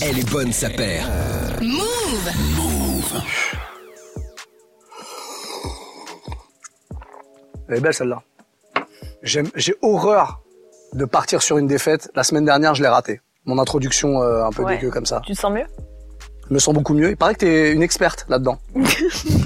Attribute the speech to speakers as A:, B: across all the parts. A: Elle est bonne sa paire.
B: Move
C: Elle est belle celle-là. J'aime- J'ai horreur de partir sur une défaite. La semaine dernière, je l'ai ratée. Mon introduction euh, un peu
D: Ouais.
C: dégueu comme ça.
D: Tu te sens mieux
C: Je me sens beaucoup mieux. Il paraît que t'es une experte là-dedans.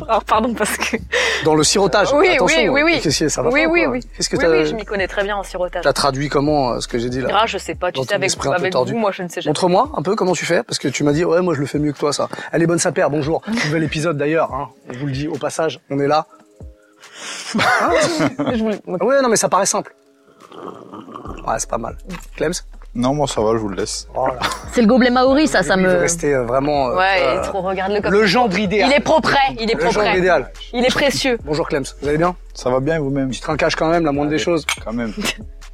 D: Alors pardon parce que
C: Dans le sirotage.
D: Oui,
C: Attention,
D: oui, oui, oui.
C: Qu'est-ce que ça va
D: oui
C: pas,
D: oui
C: quoi
D: oui.
C: Qu'est-ce que
D: oui,
C: t'as
D: oui, je m'y connais très bien en sirotage.
C: t'as traduit comment euh, ce que j'ai dit là
D: Gras, je sais pas. Tu
C: Dans
D: sais
C: ton
D: avec,
C: esprit un peu
D: avec
C: tordu.
D: vous, moi je ne sais jamais.
C: Montre-moi un peu comment tu fais, parce que tu m'as dit, ouais, moi je le fais mieux que toi, ça. Allez, bonne sapère, bonjour. Nouvel épisode d'ailleurs, hein. On vous le dit au passage, on est là.
D: Je voulais- moi,
C: Ouais, non, mais ça paraît simple. Ouais, c'est pas mal. Clems
E: Non, moi ça va, je vous le laisse.
C: Oh là,
F: C'est le gobelet maori, ça, ça
C: lui, il veut
F: me.
C: rester euh, vraiment. euh,
D: Ouais, il
C: euh,
D: est trop. Regarde le comme.
C: le gendre idéal.
D: Il est propre. Il est
C: Le
D: propre.
C: genre idéal.
D: Il est précieux.
C: Bonjour Clems, vous allez bien
E: Ça va bien vous-même
C: Petit trinquage quand même, la moindre des
E: Allez.
C: choses.
E: Quand même.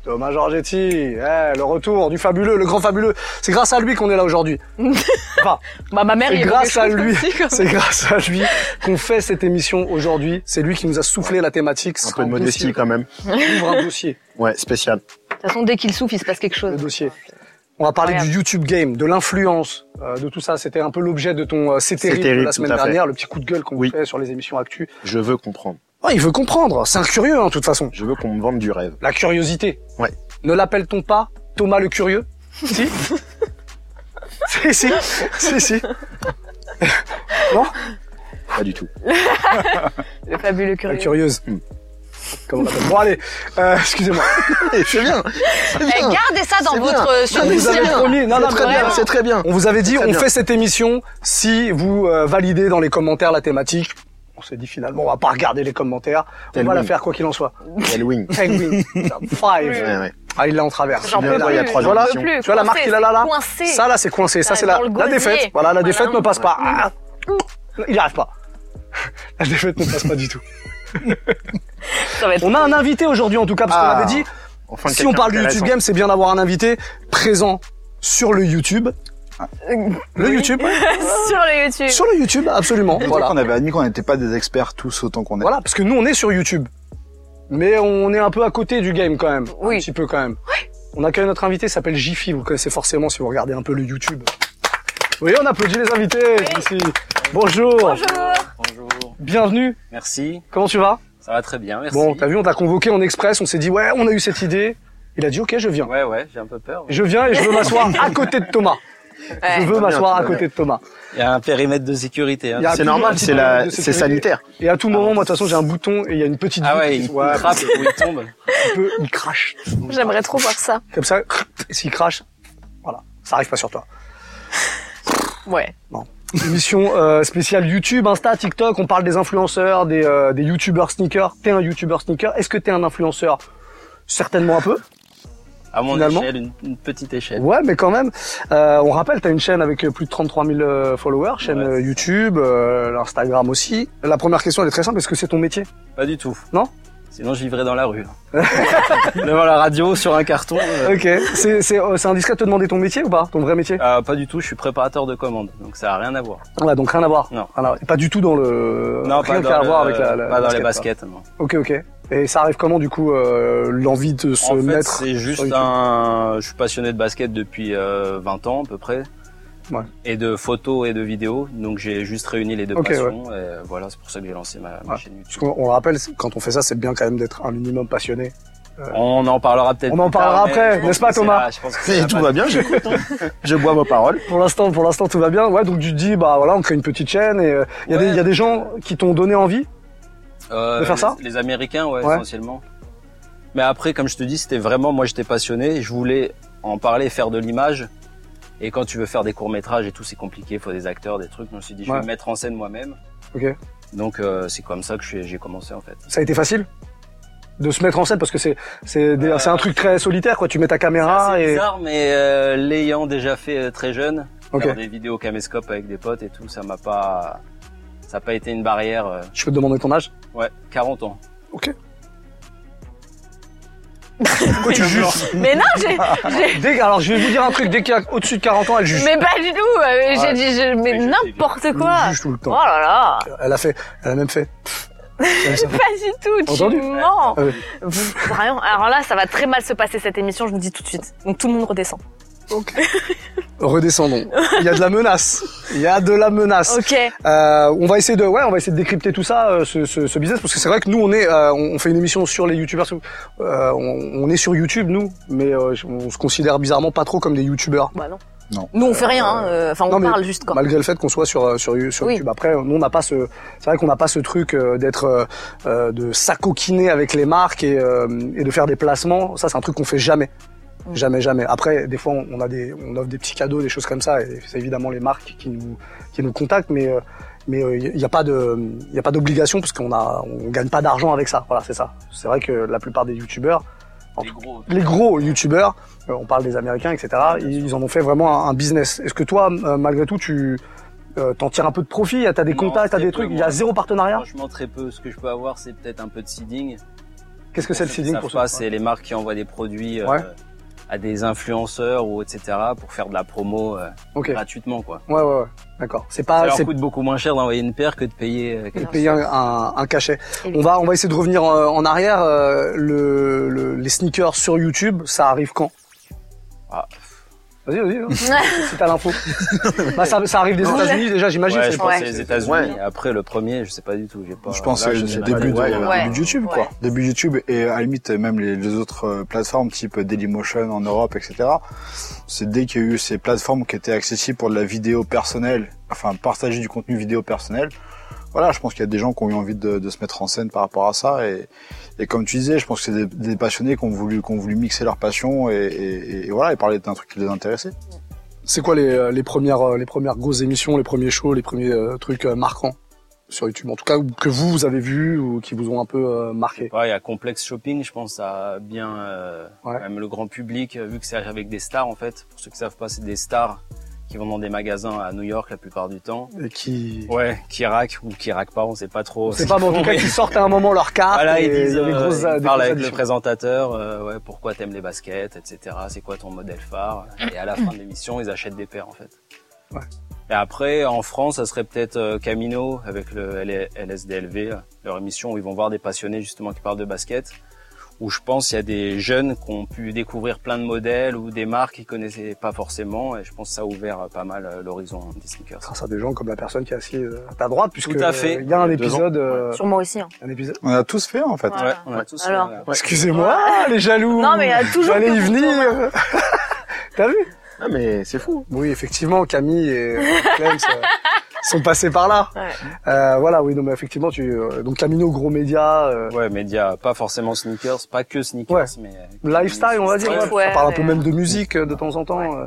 C: Thomas Giorgetti, eh, le retour du fabuleux, le grand fabuleux. C'est grâce à lui qu'on est là aujourd'hui. Enfin,
D: Bah ma mère.
C: c'est
D: il évoquait
C: grâce
D: quelque
C: à
D: chose
C: lui,
D: comme ça,
C: c'est grâce à lui qu'on fait cette émission aujourd'hui. C'est lui qui nous a soufflé la thématique. Ce
G: Un
C: sera
G: peu de modestie
C: dossier.
G: quand même.
C: Ouvre un dossier,
G: Ouais, spécial.
D: De toute façon, dès qu'il souffle, il se passe quelque
C: le
D: chose.
C: dossier. On va parler du YouTube game, de l'influence, euh, de tout ça. C'était un peu l'objet de ton euh, C'est terrible,
G: terrible,
C: la semaine
G: tout à fait.
C: dernière, le petit coup de gueule qu'on
G: Oui.
C: fait sur les émissions actu.
G: Je veux comprendre.
C: Ouais, il veut comprendre, c'est un curieux en toute façon.
G: Je veux qu'on me vende du rêve.
C: La curiosité.
G: Ouais.
C: Ne l'appelle-t-on pas Thomas le curieux Si. si, si, si, si.
G: Pas du tout.
D: Le fabuleux
C: La
D: curieux.
C: curieuse.
G: Hmm.
C: Comment on l'appelle Bon, allez, euh, excusez-moi.
G: Eh, c'est bien. C'est
D: Eh, gardez ça dans
G: C'est
D: votre
G: bien.
D: euh, sur
G: Non, Ah, mais
D: vous
G: vous avez
D: seul.
C: promis. Non, non,
G: très
C: vraiment.
G: bien, c'est très bien.
C: On vous avait dit,
G: Très
C: on
G: bien.
C: fait cette émission si vous euh, validez dans les commentaires la thématique. On s'est dit finalement, on va pas regarder les commentaires. On
G: Tel
C: va la
G: wing.
C: faire quoi qu'il en soit.
G: Halloween.
C: Penguin.
G: Ouais,
C: Five.
G: ouais.
C: Ah, il l'a en travers.
D: J'en
G: peux
C: il y a
G: plus,
C: trois
G: j'en
C: ans.
G: peux
C: Voilà.
D: plus.
C: Tu vois la marque qu'il a là, là.
D: Coincé.
C: Ça, là, c'est coincé. Ça,
D: Ça,
C: c'est la,
D: dans le
C: la
D: gosier.
C: défaite. Voilà, la
D: Voilà.
C: défaite ne passe pas. Ah. Il n'y arrive pas. La défaite ne passe pas du tout.
D: Ça va être.
C: On a un invité aujourd'hui, en tout cas, parce
G: Ah.
C: qu'on avait dit,
G: Enfin,
C: si
G: quelqu'un
C: on parle du YouTube
G: d'intéressant.
C: Game, c'est bien d'avoir un invité présent sur le YouTube. Le YouTube
D: sur le YouTube.
C: Sur le YouTube, absolument.
E: Voilà.
C: Voilà.
E: qu'on avait admis qu'on n'était pas des experts tous autant qu'on est.
C: Voilà, parce que nous, on est sur YouTube. Mais on est un peu à côté du game quand même.
D: Oui.
C: Un petit peu quand même. On accueille notre invité, il s'appelle Jiffy, vous le connaissez forcément si vous regardez un peu le YouTube. Oui, on applaudit les invités ici. Bonjour.
H: Bonjour,
C: Bienvenue.
H: merci,
C: Comment tu vas
H: ça va très bien, merci.
C: Bon, t'as vu, on t'a convoqué en express, on s'est dit, ouais, on a eu cette idée. Il a dit, ok, je viens.
H: Ouais, ouais, j'ai un peu peur.
C: Je viens et je veux m'asseoir à côté de Thomas.
D: Ouais.
C: Je veux m'asseoir à côté de Thomas.
H: Il y a un périmètre de sécurité. Hein.
C: Il y a
G: C'est
C: toujours un
G: normal,
C: petit
G: c'est
C: problème
G: la,
C: de
G: c'est
C: sécurité.
G: sanitaire.
C: Et à tout moment, moi, de toute façon, j'ai un bouton et il y a une petite
H: Ah
C: vitre
H: ouais,
C: qui
H: il
C: se- ouais,
H: frappe ou il tombe.
C: un peu, il crache.
D: J'aimerais trop voir ça.
C: Comme ça, et s'il crache, voilà, ça arrive pas sur toi.
D: Ouais.
C: Émission euh, spéciale YouTube, Insta, TikTok, on parle des influenceurs, des, euh, des YouTubers sneakers. T'es un YouTuber sneaker, est-ce que t'es un influenceur Certainement un peu.
H: À mon
C: Finalement.
H: échelle, une, une petite échelle.
C: Ouais, mais quand même. Euh, on rappelle, t'as une chaîne avec euh, plus de 33 000 euh, followers, chaîne
H: Ouais,
C: euh,
H: c'est ça.
C: YouTube, euh, l'Instagram aussi. La première question, elle est très simple, est-ce que c'est ton métier
H: Pas du tout.
C: Non
H: Sinon, je vivrais dans la rue. hein. Devant la radio, sur un carton. euh.
C: Ok, c'est c'est, euh, c'est indiscret de te demander ton métier ou pas Ton vrai métier
H: Ah, pas du tout, je suis préparateur de commandes, donc ça a rien à voir.
C: Ouais, donc rien à voir.
H: Non.
C: Rien à voir. Pas du tout dans le... rien
H: pas
C: qui a à
H: le-
C: voir avec la, la-
H: pas dans les
C: quoi.
H: baskets. non.
C: Ok, ok. Et ça arrive comment, du coup, euh, l'envie de se
H: En fait,
C: mettre
H: c'est
C: sur
H: juste
C: YouTube
H: un. Je suis passionné de basket depuis euh, 20 ans à peu près.
C: Ouais.
H: Et de photos et de vidéos, donc j'ai juste réuni les deux
C: Ok,
H: passions. Et euh, voilà, c'est pour ça que j'ai lancé ma, ma
C: Ouais.
H: chaîne
C: Parce
H: YouTube.
C: qu'on on le rappelle, c'est- quand on fait ça, c'est bien quand même d'être un minimum passionné.
H: On en parlera peut-être.
C: On en
H: plus tard,
C: parlera
H: mais
C: après,
H: je pense
C: n'est-ce
H: que
C: pas,
H: c'est
C: Thomas
H: la- je pense que c'est
G: Et
H: la
G: tout
H: base.
G: va bien, j'écoute. hein. Je bois vos paroles.
C: Pour l'instant, pour l'instant, tout va bien. Ouais, donc tu te dis, bah voilà, on crée une petite chaîne et euh, il y, a
H: Ouais.
C: des- y a des gens qui t'ont donné envie.
H: Euh,
C: De faire ça
H: les, les Américains, ouais,
C: Ouais.
H: essentiellement. Mais après, comme je te dis, c'était vraiment, moi j'étais passionné, je voulais en parler, faire de l'image. Et quand tu veux faire des courts-métrages et tout, c'est compliqué, il faut des acteurs, des trucs. Je me suis dit, je
C: Ouais.
H: vais me mettre en scène moi-même.
C: Ok.
H: Donc euh, c'est comme ça que je suis- j'ai commencé en fait.
C: Ça a été facile de se mettre en scène parce que c'est c'est des-
H: Euh,
C: c'est un truc très solitaire, quoi. Tu mets ta
H: C'est
C: caméra
H: assez
C: Ah, et
H: bizarre, mais euh, l'ayant déjà fait euh, très jeune,
C: ok.
H: faire des vidéos caméscope avec des potes et tout, ça m'a pas, ça n'a pas été une barrière. euh,
C: Je peux te demander ton âge
H: ouais, 40 ans.
C: Pourquoi tu juges
D: Mais non, j'ai. j'ai-
C: Dès- Alors je vais vous dire un truc. Dès qu'il y a au-dessus de 40 ans, elle juge.
D: Mais pas du tout. euh, J'ai
C: Ouais.
D: dit, je- mais
H: Mais je
D: n'importe quoi.
C: Elle juge tout le
D: Oh
C: temps.
D: là là.
C: Elle a fait, elle a même fait. Pff, comme ça.
D: Pas du tout, tu
C: Entendu
D: mens.
C: Ah oui.
D: Vous- Brian, alors là, ça va très mal se passer cette émission, je vous le dis tout de suite. Donc tout le monde redescend.
C: redescendons. Il y a de la menace. Il y a de la menace.
D: Ok.
C: Euh, on va essayer de, ouais, on va essayer de décrypter tout ça, euh, ce, ce- ce business, parce que c'est vrai que nous, on est, euh, on on fait une émission sur les youtubeurs, sur- euh, on, on est sur YouTube nous, mais euh, on se considère bizarrement pas trop comme des youtubeurs,
D: Bah non.
E: Non.
D: Nous on fait rien. hein, euh, Enfin
C: non,
D: on
C: mais-
D: parle juste quand.
C: malgré le fait qu'on soit sur euh, sur, You- sur
D: Oui.
C: YouTube. Après, nous, on n'a pas ce, c'est vrai qu'on n'a pas ce truc euh, d'être euh, euh, de s'acoquiner avec les marques et, euh, et de faire des placements. Ça, c'est un truc qu'on fait jamais.
D: Mm.
C: Jamais, jamais. Après, des fois, on a des, on offre des petits cadeaux, des choses comme ça. Et c'est évidemment les marques qui nous, qui nous contactent, mais euh, mais euh, il n'y a pas de, il y a pas d'obligation parce qu'on a, on gagne pas d'argent avec ça. Voilà, c'est ça. C'est vrai que la plupart des youtubeurs, en tout-
H: gros.
C: les gros youtubeurs, euh, on parle des Américains, etc. Ils, ils en ont fait vraiment un, un business. Est-ce que toi, euh, malgré tout, tu euh, t'en tires un peu de profit T'as des
H: Non,
C: contacts, t'as des
H: très peu,
C: trucs Il y
H: moi.
C: a zéro partenariat
H: Franchement, très peu. Ce que je peux avoir, c'est peut-être un peu de seeding.
C: Qu'est-ce que c'est le seeding pour
H: ça
C: ça
H: C'est les marques qui envoient des produits euh,
C: Ouais.
H: à des influenceurs ou etc. pour faire de la promo euh,
C: Ok. Ouais,
H: gratuitement quoi.
C: ouais, ouais. D'accord. C'est
H: ça
C: pas
H: leur
C: c'est
H: coûte beaucoup moins cher d'envoyer une paire que de payer. euh,
C: et
H: quelque
C: payer un, un- un cachet.
D: Évidemment.
C: On va on va essayer de revenir euh, en, arrière. euh, le, le- les sneakers sur YouTube, ça arrive quand
H: Ah.
C: Vas-y, vas-y. hein, si t'as l'info. Bah, ça, ça arrive des
D: Non.
C: États-Unis déjà, j'imagine.
H: Ouais,
C: c'est
H: je
C: pas-
H: pense
D: Ouais.
H: que c'est les États-Unis.
G: Ouais.
H: Après le premier, je sais pas du tout. J'ai pas.
E: Je pense
H: là,
E: que
H: sais
E: c'est
H: pas
E: début,
H: du
E: de,
H: tout. euh,
G: ouais,
E: début de YouTube,
D: ouais.
E: quoi. Début YouTube et à la limite même les, les autres euh, plateformes type Dailymotion en Europe, etc. C'est dès qu'il y a eu ces plateformes qui étaient accessibles pour de la vidéo personnelle, enfin partager du contenu vidéo personnel. Voilà, je pense qu'il y a des gens qui ont eu envie de, de se mettre en scène par rapport à ça et, et comme tu disais, je pense que c'est des, des passionnés qui ont voulu, qui ont voulu mixer leur passion et, et- et voilà et parler d'un truc qui les intéressait.
C: C'est quoi les, euh, les premières euh, les premières grosses émissions, les premiers shows, les premiers euh, trucs euh, marquants sur YouTube en tout cas ou que vous vous avez vu ou qui vous ont un peu euh,
H: Je sais
C: marqué
H: pas, il y a Complex Shopping, je pense, a bien euh,
C: Ouais.
H: même le grand public, euh, vu que c'est avec des stars en fait. Pour ceux qui savent pas, c'est des stars qui vont dans des magasins à New York la plupart du temps.
C: et qui
H: Ouais, qui raquent ou qui raquent pas, on sait pas trop.
C: c'est pas bon en tout cas qui sortent à un moment leur carte
H: Voilà,
C: et
H: ils disent,
C: il y a Ah, des
H: euh,
C: grosses,
H: ils
C: euh, des
H: parlent
C: grosses
H: avec le
C: additions.
H: présentateur, euh, ouais, pourquoi t'aimes les baskets, etc. C'est quoi ton modèle phare Et à la fin de l'émission, ils achètent des paires en fait.
C: Ouais.
H: Et après, en France, ça serait peut-être euh, Camino avec le L- LSDLV, là, leur émission où ils vont voir des passionnés justement qui parlent de basket. Où je pense il y a des jeunes qui ont pu découvrir plein de modèles ou des marques qu'ils connaissaient pas forcément. Et je pense que ça a ouvert euh, pas mal euh, l'horizon des sneakers.
C: grâce à des gens comme la personne qui est assise euh, à ta droite puisque
H: Tout à fait.
C: euh, il y a un
H: Il y a deux
C: épisode euh,
D: Sûrement aussi. Hein.
C: un épisode
E: On a tous fait en fait.
D: Ouais. Voilà.
H: on a tous
D: Alors.
H: euh,
C: excusez-moi ah, les jaloux
D: Non, mais il y a toujours
C: j'allais
D: que
C: y
D: vous
C: venir t'as vu
G: Non, mais c'est fou.
C: Oui, effectivement, Camille et euh, Clem euh, sont passés par là.
D: Ouais.
C: Euh, voilà, oui, non, mais effectivement, tu, euh, donc Camino, gros média, euh,
H: Ouais, média, pas forcément sneakers, pas que sneakers, mais euh,
C: lifestyle, on va dire.
D: Streetwear,
C: ouais. On parle un peu
D: ouais.
C: même de musique euh, de temps en temps. euh.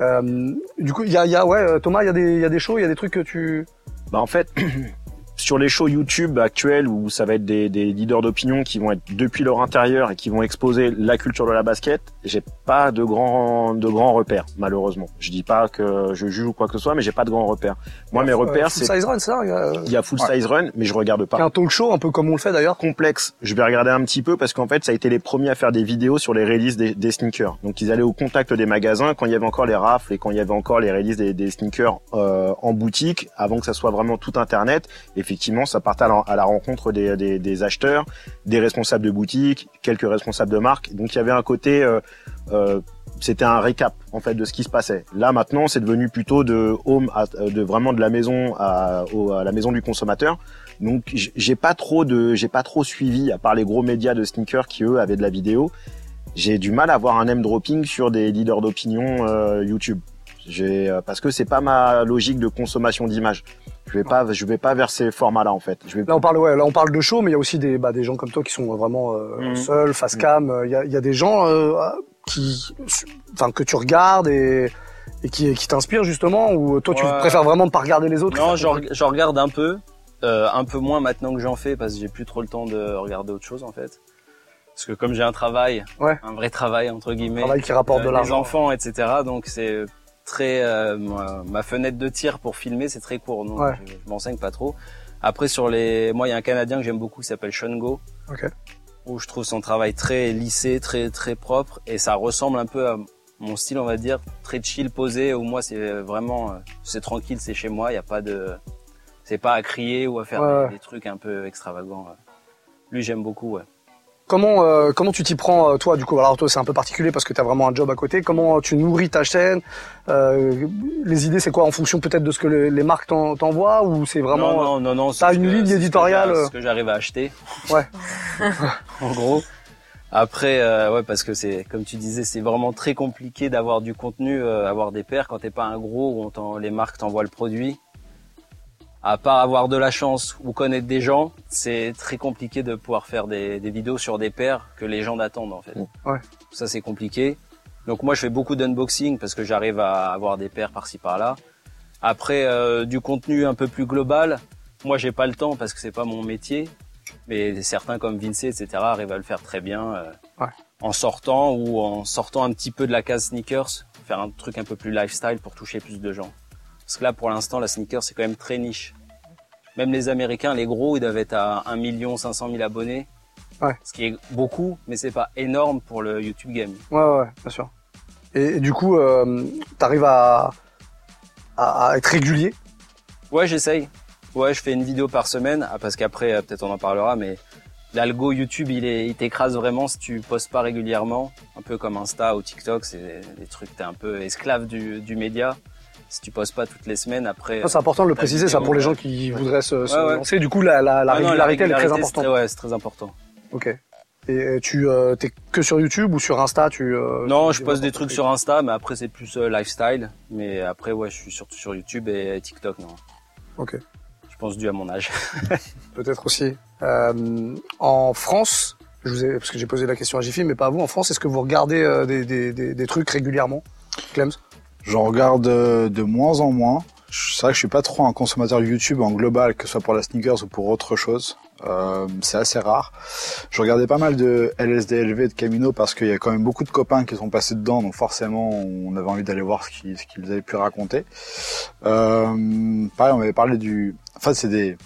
C: Euh, du coup, il y a, il y a, ouais, euh, Thomas, il y a des, il y a des shows, il y a des trucs que tu.
G: Bah, en fait, sur les shows YouTube actuels où ça va être des, des leaders d'opinion qui vont être depuis leur intérieur et qui vont exposer la culture de la basket, j'ai pas de grands de grands repères malheureusement. Je dis pas que je juge ou quoi que ce soit, mais j'ai pas de grands repères. Moi, mes repères,
C: Euh, Full
G: c'est
C: Size Run, c'est ça. Il y a, euh,
G: il y a Full Size Run, mais je regarde
C: il y a
G: pas.
C: un talk show, un peu comme on le fait d'ailleurs.
G: Complexe, je vais regarder un petit peu parce qu'en fait, ça a été les premiers à faire des vidéos sur les releases des, des sneakers. Donc, ils allaient au contact des magasins quand il y avait encore les rafles et quand il y avait encore les releases des, des sneakers euh, en boutique, avant que ça soit vraiment tout Internet. Effectivement, ça partait à la, à la rencontre des, des- des acheteurs, des responsables de boutique, quelques responsables de marque. Donc, il y avait un côté... euh, euh, c'était un récap en fait de ce qui se passait. Là maintenant, c'est devenu plutôt de home, à- euh, de vraiment de la maison à, au- à la maison du consommateur. Donc j- j'ai pas trop de, j'ai pas trop suivi à part les gros médias de sneakers qui eux avaient de la vidéo. J'ai du mal à avoir un name dropping sur des leaders d'opinion euh, YouTube. J'ai euh, parce que c'est pas ma logique de consommation d'images. Je vais pas, je vais pas vers ces formats-là en fait. Je vais
C: Là, on parle, ouais, là, on parle de show, mais il y a aussi des, bah, des gens comme toi qui sont vraiment euh,
H: Mm.
G: Mhm.
C: seuls, face cam. euh, Il y a, il y a des gens euh, qui, enfin, que tu regardes et, et qui, qui t'inspirent justement, ou toi, tu
H: Ouais.
C: préfères vraiment ne pas regarder les autres.
H: Non, j'en reg- j'en regarde un peu, euh, un peu moins maintenant que j'en fais parce que j'ai plus trop le temps de regarder autre chose en fait. Parce que comme j'ai un travail,
C: Ouais.
H: un vrai travail entre guillemets,
C: travail qui rapporte
H: euh,
C: de
H: les
C: l'argent.
H: enfants, etc. Donc c'est très euh, moi, ma fenêtre de tir pour filmer, c'est très court. Donc
C: Ouais.
H: je, je m'enseigne pas trop. Après sur les, moi il y a un Canadien que j'aime beaucoup qui s'appelle Sean Go.
C: Ok.
H: Où je trouve son travail très lissé, très très propre et ça ressemble un peu à mon style on va dire très chill posé où moi c'est vraiment euh, c'est tranquille c'est chez moi il y a pas de c'est pas à crier ou à faire
C: Ouais,
H: des-
C: ouais.
H: des, trucs un peu extravagants ouais. lui j'aime beaucoup ouais
C: Comment euh, comment tu t'y prends euh, toi du coup Alors toi c'est un peu particulier parce que tu as vraiment un job à côté. Comment euh, tu nourris ta chaîne Euh, Les idées c'est quoi en fonction peut-être de ce que le- les marques t'en- t'envoient ou c'est vraiment euh,
H: non, non, non, non. c'est
C: t'as
H: ce
C: une
H: que-
C: ligne
H: c'est ce que
C: éditoriale,
H: j'a-
C: euh.
H: Ce que j'arrive à acheter.
C: Ouais.
H: en gros. Après, euh, ouais, parce que c'est, comme tu disais, c'est vraiment très compliqué d'avoir du contenu, euh, avoir des paires quand t'es pas un gros où on t'en- les marques t'envoient le produit. À part avoir de la chance ou connaître des gens, c'est très compliqué de pouvoir faire des, des vidéos sur des paires que les gens attendent en fait.
C: Ouais.
H: Ça c'est compliqué. Donc moi je fais beaucoup d'unboxing parce que j'arrive à avoir des paires par-ci par-là. Après euh, du contenu un peu plus global, moi j'ai pas le temps parce que c'est pas mon métier, mais certains comme Vince etc arrivent à le faire très bien euh,
C: Ouais.
H: en sortant ou en sortant un petit peu de la case sneakers, faire un truc un peu plus lifestyle pour toucher plus de gens. Parce que là pour l'instant la sneaker c'est quand même très niche. Même les Américains, les gros, ils doivent être à 1 500 000 abonnés.
C: Ouais.
H: Ce qui est beaucoup, mais c'est pas énorme pour le YouTube game.
C: euh, Ouais ouais bien sûr. Et, et du coup euh, t'arrives à, à à être régulier.
H: Ouais, j'essaye. Ouais, je fais une vidéo par semaine, ah, parce qu'après, euh, peut-être on en parlera, mais l'algo YouTube, il est- il t'écrase vraiment si tu postes pas régulièrement. Un peu comme Insta ou TikTok, c'est des- des trucs, t'es un peu esclave du, du média. Si tu postes pas toutes les semaines, après.
C: Ça, C'est important de le
H: La
C: préciser ça
H: vidéo,
C: pour les
H: ouais.
C: gens qui voudraient se, se
H: Ouais, ouais.
C: lancer. Du coup la, la, la
H: Ah non,
C: régularité elle est très
H: régularité, c'est
C: importante.
H: ouais, c'est très important.
C: Ok. Et euh, tu euh, t'es que sur YouTube ou sur Insta tu euh,
H: Non,
C: tu-
H: je poste des trucs sur Insta, mais après c'est plus euh, lifestyle. Mais après, ouais, je suis surtout sur YouTube et TikTok, non.
C: Ok. Euh,
H: Je pense dû à mon âge.
C: peut-être aussi. Euh, en France, je vous ai, parce que j'ai posé la question à Jiffy, mais pas à vous. En France, est-ce que vous regardez euh, des, des, des, des trucs régulièrement, Clems
E: J'en regarde euh, de moins en moins. Je- C'est vrai que je suis pas trop un consommateur YouTube en global, que ce soit pour la sneakers ou pour autre chose. Euh, c'est assez rare. Je regardais pas mal de LSDLV et de Camino parce qu'il y a quand même beaucoup de copains qui sont passés dedans, donc forcément on avait envie d'aller voir ce qu'ils ce qu'ils avaient pu raconter. Euh, pareil, on m'avait parlé du... Enfin, c'est des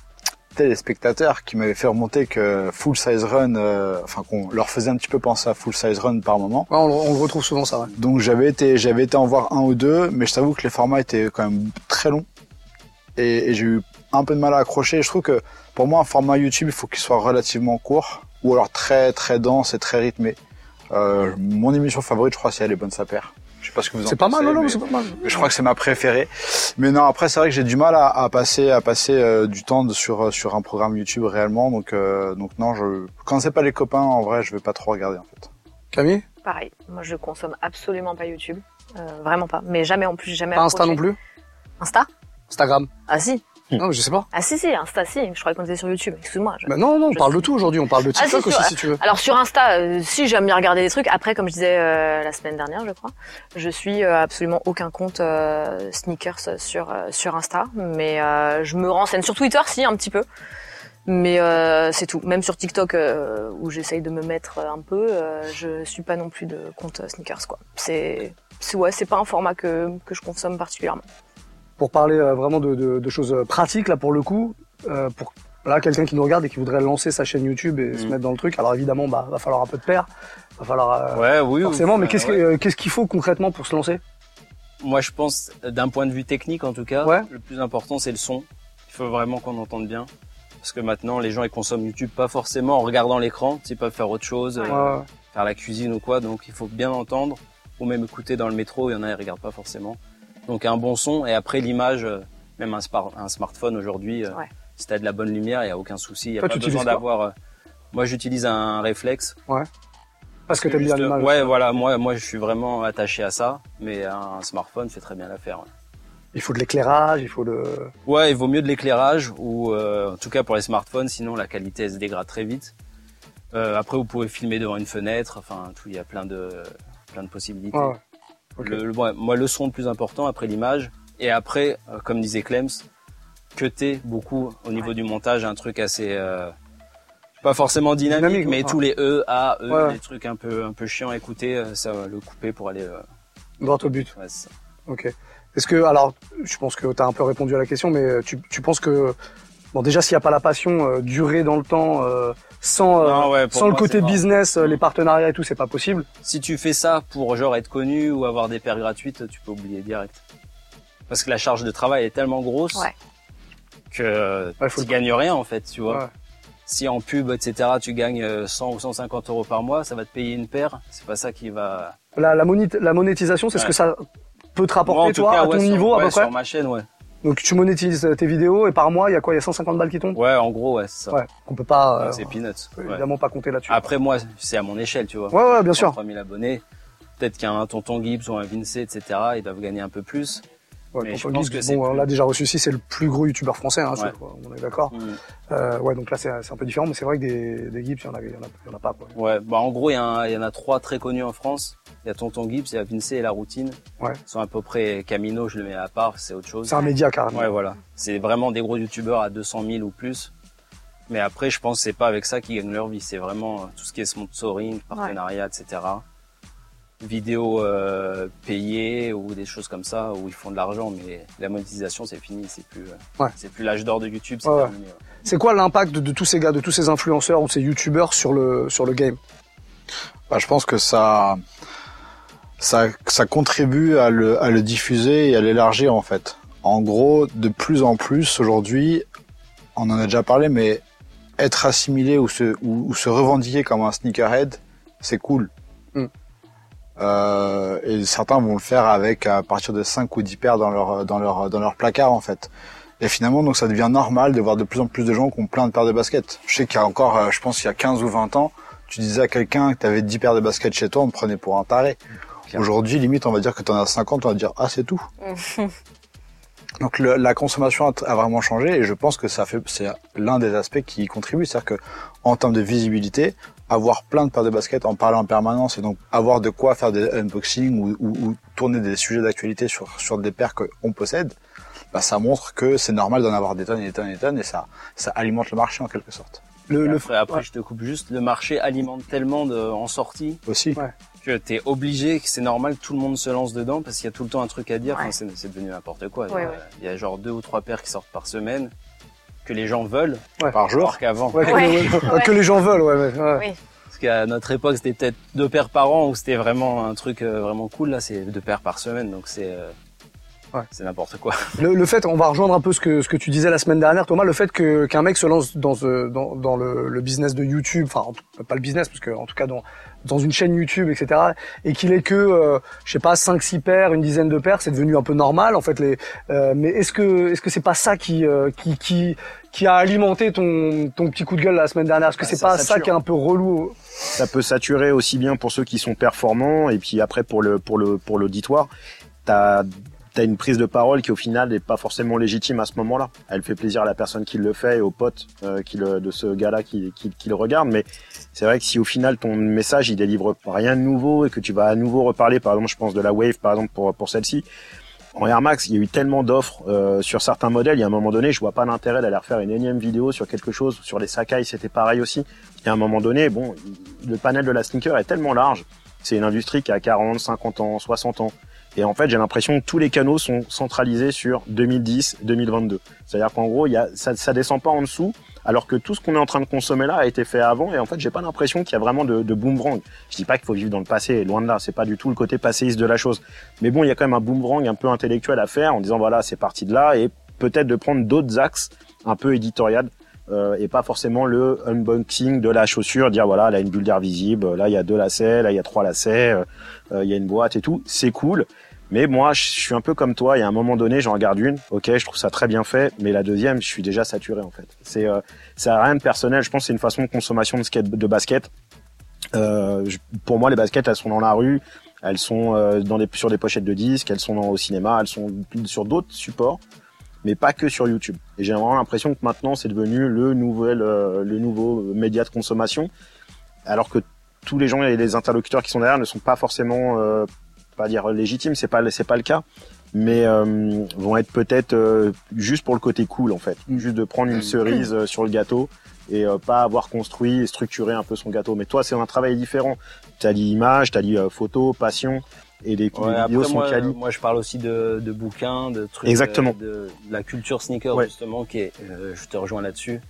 E: téléspectateurs qui m'avaient fait remonter que Full Size Run, euh, enfin qu'on leur faisait un petit peu penser à Full Size Run par moment.
C: Ouais, on, le- on le retrouve souvent ça. Ouais.
E: Donc j'avais été, j'avais été en voir un ou deux, mais je t'avoue que les formats étaient quand même très longs et, et j'ai eu un peu de mal à accrocher. Je trouve que pour moi un format YouTube, il faut qu'il soit relativement court ou alors très très dense et très rythmé. Euh, mon émission favorite, je crois, c'est Elle est bonne sa paire. Je sais pas ce que vous en
C: C'est pas mal,
E: pensez,
C: non, non,
E: mais-
C: c'est pas mal.
E: je crois que c'est ma préférée. Mais non, après c'est vrai que j'ai du mal à, à passer à passer euh, du temps de- sur euh, sur un programme YouTube réellement. Donc euh, donc non, je quand c'est pas les copains en vrai, je vais pas trop regarder en fait.
C: Camille,
D: Pareil, moi je consomme absolument pas YouTube. Euh, vraiment pas. Mais jamais en plus, j'ai jamais
C: pas Insta non
D: accroché.
C: plus,
D: Insta
C: Instagram.
D: Ah si.
C: Non, mais je sais pas.
D: Ah si, si, Insta si. Je croyais qu'on était sur YouTube. Excuse-moi. je-
C: Bah, non, non, on
D: Je
C: parle
D: sais.
C: de tout aujourd'hui. On parle de
D: Ah,
C: TikTok
D: si,
C: aussi,
D: si,
C: si tu veux.
D: Alors sur Insta, euh, si j'aime bien regarder des trucs. Après, comme je disais euh, la semaine dernière, je crois, je suis euh, absolument aucun compte euh, sneakers sur euh, sur Insta, mais euh, je me renseigne sur Twitter, si un petit peu. Mais euh, c'est tout. Même sur TikTok, euh, où j'essaye de me mettre euh, un peu, euh, je suis pas non plus de compte euh, sneakers quoi. C'est c'est ouais, c'est pas un format que que je consomme particulièrement.
C: Pour parler euh, vraiment de, de, de choses euh, pratiques, là, pour le coup, euh, pour là, quelqu'un qui nous regarde et qui voudrait lancer sa chaîne YouTube et se
H: Mhm.
C: mettre dans le truc, alors évidemment, bah, va falloir un peu de paire, va falloir euh,
H: Ouais, oui.
C: forcément.
H: ouf,
C: mais
H: ouais,
C: qu'est-ce que-
H: ouais.
C: euh, qu'est-ce qu'il faut concrètement pour se lancer
H: Moi, je pense, d'un point de vue technique en tout cas,
C: Ouais.
H: le plus important c'est le son. Il faut vraiment qu'on entende bien, parce que maintenant les gens ils consomment YouTube pas forcément en regardant l'écran, ils peuvent faire autre chose, euh,
C: Ouais.
H: faire la cuisine ou quoi, donc il faut bien entendre, ou même écouter dans le métro. Il y en a ils regardent pas forcément. Donc un bon son et après l'image, euh, même un, spar- un smartphone aujourd'hui, euh,
D: Ouais.
H: si t'as de la bonne lumière, il y a aucun souci, il y a
C: Toi,
H: pas
C: tu
H: besoin
C: utilises quoi
H: d'avoir. euh, moi, j'utilise un réflexe.
C: Parce que t'aimes bien
H: Juste, euh,
C: l'image.
H: Ouais, voilà, moi, moi, je suis vraiment attaché à ça, mais un smartphone fait très bien l'affaire. ouais.
C: Il faut de l'éclairage, il faut de.
H: Ouais, il vaut mieux de l'éclairage ou, euh, en tout cas pour les smartphones, sinon la qualité elle se dégrade très vite. Euh, après, vous pouvez filmer devant une fenêtre, enfin, tout, il y a plein de, plein de possibilités.
C: Ah Ouais, ouais. Ok.
H: Le- le- ouais, moi, le son le plus important après l'image. Et après, euh, comme disait Clems, cutter beaucoup au niveau
D: Ouais.
H: du montage, un truc assez, euh, pas forcément dynamique,
C: Dynamique,
H: mais
C: ouais.
H: tous les E, A, E,
C: Ouais.
H: les trucs un peu, un peu chiants à écouter, euh, ça va le couper pour aller, euh,
C: Droit au but.
H: ouais, c'est ça.
C: Ok. Est-ce que, alors, je pense que tu as un peu répondu à la question, mais euh, tu, tu penses que, bon, déjà, s'il n'y a pas la passion, euh, durer dans le temps, euh, sans, euh,
H: Non, ouais, pour
C: sans le
H: moi,
C: côté
H: c'est mort.
C: business, euh,
H: Non.
C: les partenariats et tout, c'est pas possible.
H: Si tu fais ça pour genre être connu ou avoir des paires gratuites, tu peux oublier direct. Parce que la charge de travail est tellement grosse
D: Ouais.
H: que
C: Ouais, faut
H: tu
C: le-
H: gagnes rien en fait, tu vois.
C: Ouais.
H: si en pub, etc., tu gagnes euh, 100 ou 150 euros par mois, ça va te payer une paire. C'est pas ça qui va.
C: La, la, moné- la monétisation, c'est ce
H: Ouais.
C: que ça peut te
H: Moi, en
C: rapporter,
H: tout
C: toi,
H: cas,
C: à
H: ouais,
C: ton
H: sur-
C: niveau, à
H: ouais,
C: peu près.
H: Sur ma chaîne, ouais.
C: Donc, tu monétises euh, tes vidéos et par mois, il y a quoi Il y a 150 balles qui tombent
H: Ouais, en gros, ouais, c'est ça.
C: Ouais, qu'on peut pas, euh,
H: Ouais, c'est Ah. peanuts.
C: on peut
H: Ouais.
C: évidemment pas compter là-dessus.
H: Après, moi, c'est à mon échelle, tu vois.
C: Ouais, ouais, bien sûr.
H: 3000 abonnés. Peut-être qu'un tonton Gibbs ou un Vinci, etc., ils doivent gagner un peu plus.
C: Ouais,
H: mais
C: quand
H: je
C: on
H: pense
C: dit-
H: que
C: bon,
H: c'est
C: on
H: plus-
C: l'a déjà reçu ici, c'est le plus gros youtubeur français, hein,
H: Ouais.
C: c'est- on est d'accord. Euh, ouais, donc là, c'est c'est un peu différent, mais c'est vrai que des, des Gibbs, il y, en a- il y en a- il y en a pas. Quoi.
H: Ouais, bah en gros, il y, a un- il y en a trois très connus en France. Il y a Tonton Gibbs, il y a Vinci et La Routine.
C: Ouais.
H: Ils sont à peu près Camino, je le mets à part, c'est autre chose.
C: C'est un média, carrément.
H: Ouais, voilà. C'est vraiment des gros youtubeurs à 200 000 ou plus. Mais après, je pense que c'est pas avec ça qu'ils gagnent leur vie. C'est vraiment euh, tout ce qui est sponsoring, partenariat, etc. Vidéos euh, payées ou des choses comme ça où ils font de l'argent, mais la monétisation, c'est fini. C'est plus, euh,
C: Ouais.
H: c'est plus l'âge d'or de YouTube. C'est
C: Ouais, ouais.
H: terminé, ouais.
C: C'est quoi l'impact de, de tous ces gars, de tous ces influenceurs ou de ces youtubeurs sur le, sur le game
E: Bah, je pense que ça, ça, ça contribue à le, à le diffuser et à l'élargir en fait. En gros, de plus en plus aujourd'hui, on en a déjà parlé, mais être assimilé ou se, ou, ou se revendiquer comme un sneakerhead, c'est cool.
C: Mm.
E: Euh, et certains vont le faire avec à partir de 5 ou 10 paires dans leur, dans leur, dans leur placard en fait. Et finalement, donc ça devient normal de voir de plus en plus de gens qui ont plein de paires de baskets. Je sais qu'il y a encore, euh, je pense, il y a 15 ou 20 ans, tu disais à quelqu'un que tu avais 10 paires de baskets chez toi, on te prenait pour un taré.
H: Clairement.
E: Aujourd'hui, limite, on va dire que tu en as 50, on va dire, ah, c'est tout. Donc le- la consommation a, a vraiment changé et je pense que ça fait c'est l'un des aspects qui y contribue, c'est-à-dire que en termes de visibilité, avoir plein de paires de baskets, en parler en permanence et donc avoir de quoi faire des unboxings ou, ou- ou tourner des sujets d'actualité sur sur des paires qu'on possède, bah, ça montre que c'est normal d'en avoir des tonnes et des tonnes et des tonnes et ça ça alimente le marché en quelque sorte
C: le,
H: Et
C: le-
H: après, après, je te coupe juste. Le marché alimente tellement de, en sortie
E: aussi.
C: Ouais.
H: que t'es obligé, que c'est normal, tout le monde se lance dedans parce qu'il y a tout le temps un truc à dire.
D: Ouais.
H: Enfin, c'est, c'est devenu n'importe quoi.
D: Ouais,
H: il, y a,
D: ouais.
H: il y a genre deux ou trois paires qui sortent par semaine que les gens veulent,
E: Par jour,
H: alors qu'avant,
C: ouais, que,
D: Ouais.
C: les- ouais,
D: Ouais.
C: que les gens veulent, ouais. ouais, ouais.
D: Oui.
H: parce qu'à notre époque, c'était peut-être deux paires par an où c'était vraiment un truc euh, vraiment cool. Là, c'est deux paires par semaine, donc c'est euh,
C: Ouais.
H: c'est n'importe quoi.
C: Le, le fait, on va rejoindre un peu ce que, ce que tu disais la semaine dernière, Thomas, le fait que qu'un mec se lance dans, ce- dans, dans le, le business de YouTube, enfin en tout- pas le business, parce que en tout cas dans, dans une chaîne YouTube, etc., et qu'il ait que, euh, je sais pas, 5-6 paires, une dizaine de paires, c'est devenu un peu normal en fait. Les, euh, mais est-ce que est-ce que c'est pas ça qui, euh, qui, qui, qui a alimenté ton, ton petit coup de gueule la semaine dernière Est-ce que
H: Bah,
C: c'est
H: ça
C: pas ça
H: sature.
C: qui est un peu relou
G: ça peut saturer aussi bien pour ceux qui sont performants et puis après pour le pour le pour l'auditoire t'as t'as une prise de parole qui au final n'est pas forcément légitime à ce moment-là elle fait plaisir à la personne qui le fait et aux potes euh, qui le- de ce gars-là qui, qui qui le regarde mais c'est vrai que si au final ton message il délivre rien de nouveau et que tu vas à nouveau reparler par exemple je pense de la wave par exemple pour pour celle-ci en Air Max, il y a eu tellement d'offres euh, sur certains modèles. Il y a un moment donné, je vois pas l'intérêt d'aller refaire une énième vidéo sur quelque chose. Sur les Sakai, c'était pareil aussi. Il y a un moment donné, bon, le panel de la sneaker est tellement large. C'est une industrie qui a 40, 50 ans, 60 ans. Et en fait, j'ai l'impression que tous les canaux sont centralisés sur 2010, 2022. C'est-à-dire qu'en gros, il y a, ça, ça descend pas en dessous, alors que tout ce qu'on est en train de consommer là a été fait avant. Et en fait, j'ai pas l'impression qu'il y a vraiment de, de boomerang. Je dis pas qu'il faut vivre dans le passé, loin de là. C'est pas du tout le côté passéiste de la chose. Mais bon, il y a quand même un boomerang un peu intellectuel à faire en disant voilà, c'est parti de là et peut-être de prendre d'autres axes un peu éditorial euh, et pas forcément le unboxing de la chaussure, dire voilà, elle a une bulle d'air visible, là il y a deux lacets, là il y a trois lacets, euh, euh, il y a une boîte et tout, c'est cool. Mais moi, je suis un peu comme toi. Il y a un moment donné, j'en regarde une. Ok, je trouve ça très bien fait, mais la deuxième, je suis déjà saturé en fait. C'est euh, ça a rien de personnel. Je pense que c'est une façon de consommation de, skate, de basket. Euh, je- pour moi, les baskets, elles sont dans la rue. Elles sont euh, dans des, sur des pochettes de disques, elles sont dans- au cinéma, elles sont sur d'autres supports, mais pas que sur YouTube. Et j'ai vraiment l'impression que maintenant, c'est devenu le, nouvel, euh, le nouveau média de consommation, alors que tous les gens et les interlocuteurs qui sont derrière ne sont pas forcément, euh, pas dire légitimes, c'est pas, c'est pas le cas, mais euh, vont être peut-être euh, juste pour le côté cool, en fait. Juste de prendre une cerise euh, sur le gâteau et euh, pas avoir construit et structuré un peu son gâteau. Mais toi, c'est un travail différent. T'as dit image, t'as dit euh, photo, passion, et les, les
H: Ouais, après,
G: vidéos sont
H: moi,
G: quali.
H: moi, je parle aussi de, de bouquins, de trucs.
G: Exactement.
H: euh, de, de la culture sneaker,
G: Ouais.
H: justement, qui est, euh, je te rejoins là-dessus,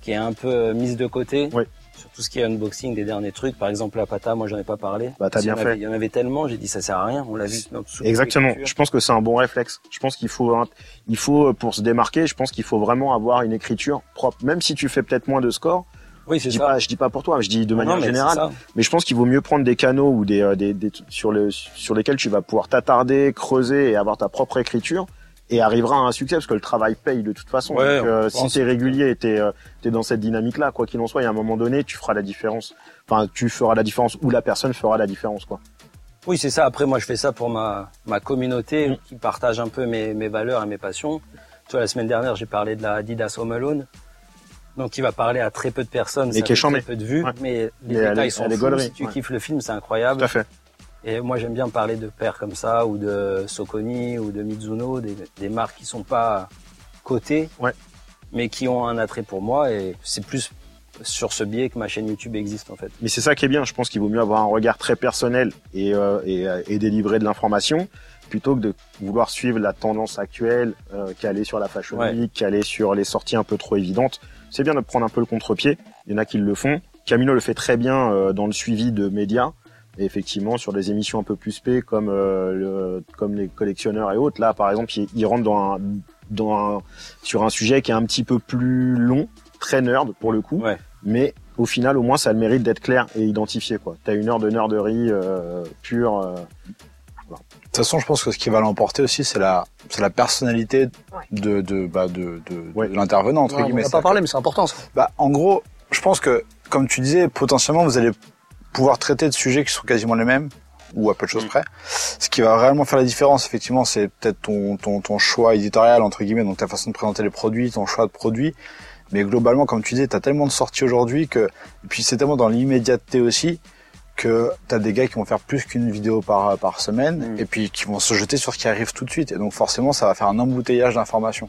H: qui est un peu euh, mise de côté.
G: Ouais.
H: Sur tout ce qui est unboxing des derniers trucs. Par exemple, la pata, moi, j'en ai pas parlé.
G: Bah, t'as
H: Parce qu'il
G: bien
H: y en avait-
G: fait.
H: Il y en avait tellement, j'ai dit, ça sert à rien, on l'a vu. dans- sous toutes les
G: Exactement.
H: cultures.
G: Je pense que c'est un bon réflexe. Je pense qu'il faut, un- il faut euh, pour se démarquer, je pense qu'il faut vraiment avoir une écriture propre. Même si tu fais peut-être moins de scores,
H: Oui,
G: Je
H: c'est
G: dis
H: ça.
G: pas, je dis pas pour toi, je dis de
H: Non,
G: manière
H: non, mais c'est
G: générale.
H: ça.
G: Mais je pense qu'il vaut mieux prendre des canaux ou des, euh, des, des trucs sur, le, sur lesquels tu vas pouvoir t'attarder, creuser et avoir ta propre écriture et arrivera à un succès parce que le travail paye de toute façon.
H: Ouais,
G: Donc, euh,
H: on
G: si
H: pense.
G: t'es régulier et t'es euh, t'es dans cette dynamique-là, quoi qu'il en soit, il y a un moment donné, tu feras la différence. Enfin, tu feras la différence ou la personne fera la différence, quoi.
H: Oui, c'est ça. Après, moi, je fais ça pour ma, ma communauté
G: Mm.
H: qui partage un peu mes, mes valeurs et mes passions. Tu vois, la semaine dernière, j'ai parlé de la Adidas Home Alone. Donc, il va parler à très peu de personnes.
G: Mais
H: ça
G: qui
H: fait
G: est chambé.
H: Très peu de vues,
G: Ouais.
H: mais les
G: Mais elle est-
H: détails sont
G: elle est
H: fous.
G: gaulerie,
H: Si tu
G: ouais.
H: kiffes le film, c'est
G: Tout
H: incroyable.
G: à fait.
H: Et moi, j'aime bien parler de paires comme ça, ou de Soconi, ou de Mizuno, des, des marques qui sont pas cotées,
G: Ouais.
H: mais qui ont un attrait pour moi. Et c'est plus sur ce biais que ma chaîne YouTube existe, en fait.
G: Mais c'est ça qui est bien. Je pense qu'il vaut mieux avoir un regard très personnel et, euh, et, euh, et délivrer de l'information plutôt que de vouloir suivre la tendance actuelle, euh, caler sur la fashion
H: Ouais.
G: week, caler sur les sorties un peu trop évidentes. C'est bien de prendre un peu le contre-pied. Il y en a qui le font. Camino le fait très bien euh, dans le suivi de médias. Et effectivement, sur des émissions un peu plus spé comme euh, le- comme les collectionneurs et autres, là, par exemple, il, il rentre dans un, dans un- sur un sujet qui est un petit peu plus long, très nerd pour le coup,
H: Ouais.
G: mais au final, au moins, ça a le mérite d'être clair et identifié. Quoi, t'as une heure de nerderie euh, pure. euh,
E: toute façon, je pense que ce qui va l'emporter aussi, c'est la, c'est la personnalité
D: Ouais.
E: de, de, bah, de, de,
G: Ouais.
E: de l'intervenant, entre
C: Ouais, on
E: guillemets.
C: n'a
E: Ça-
C: pas parlé, mais c'est important ça.
E: Bah, en gros, je pense que, comme tu disais, potentiellement, vous allez pouvoir traiter de sujets qui sont quasiment les mêmes, ou à peu de choses
G: Mm.
E: près. Ce qui va réellement faire la différence, effectivement, c'est peut-être ton, ton, ton choix éditorial, entre guillemets, donc ta façon de présenter les produits, ton choix de produits. Mais globalement, comme tu disais, t'as tellement de sorties aujourd'hui que, et puis c'est tellement dans l'immédiateté aussi, que t'as des gars qui vont faire plus qu'une vidéo par, par semaine,
G: Mm.
E: et puis qui vont se jeter sur ce qui arrive tout de suite. Et donc, forcément, ça va faire un embouteillage d'informations.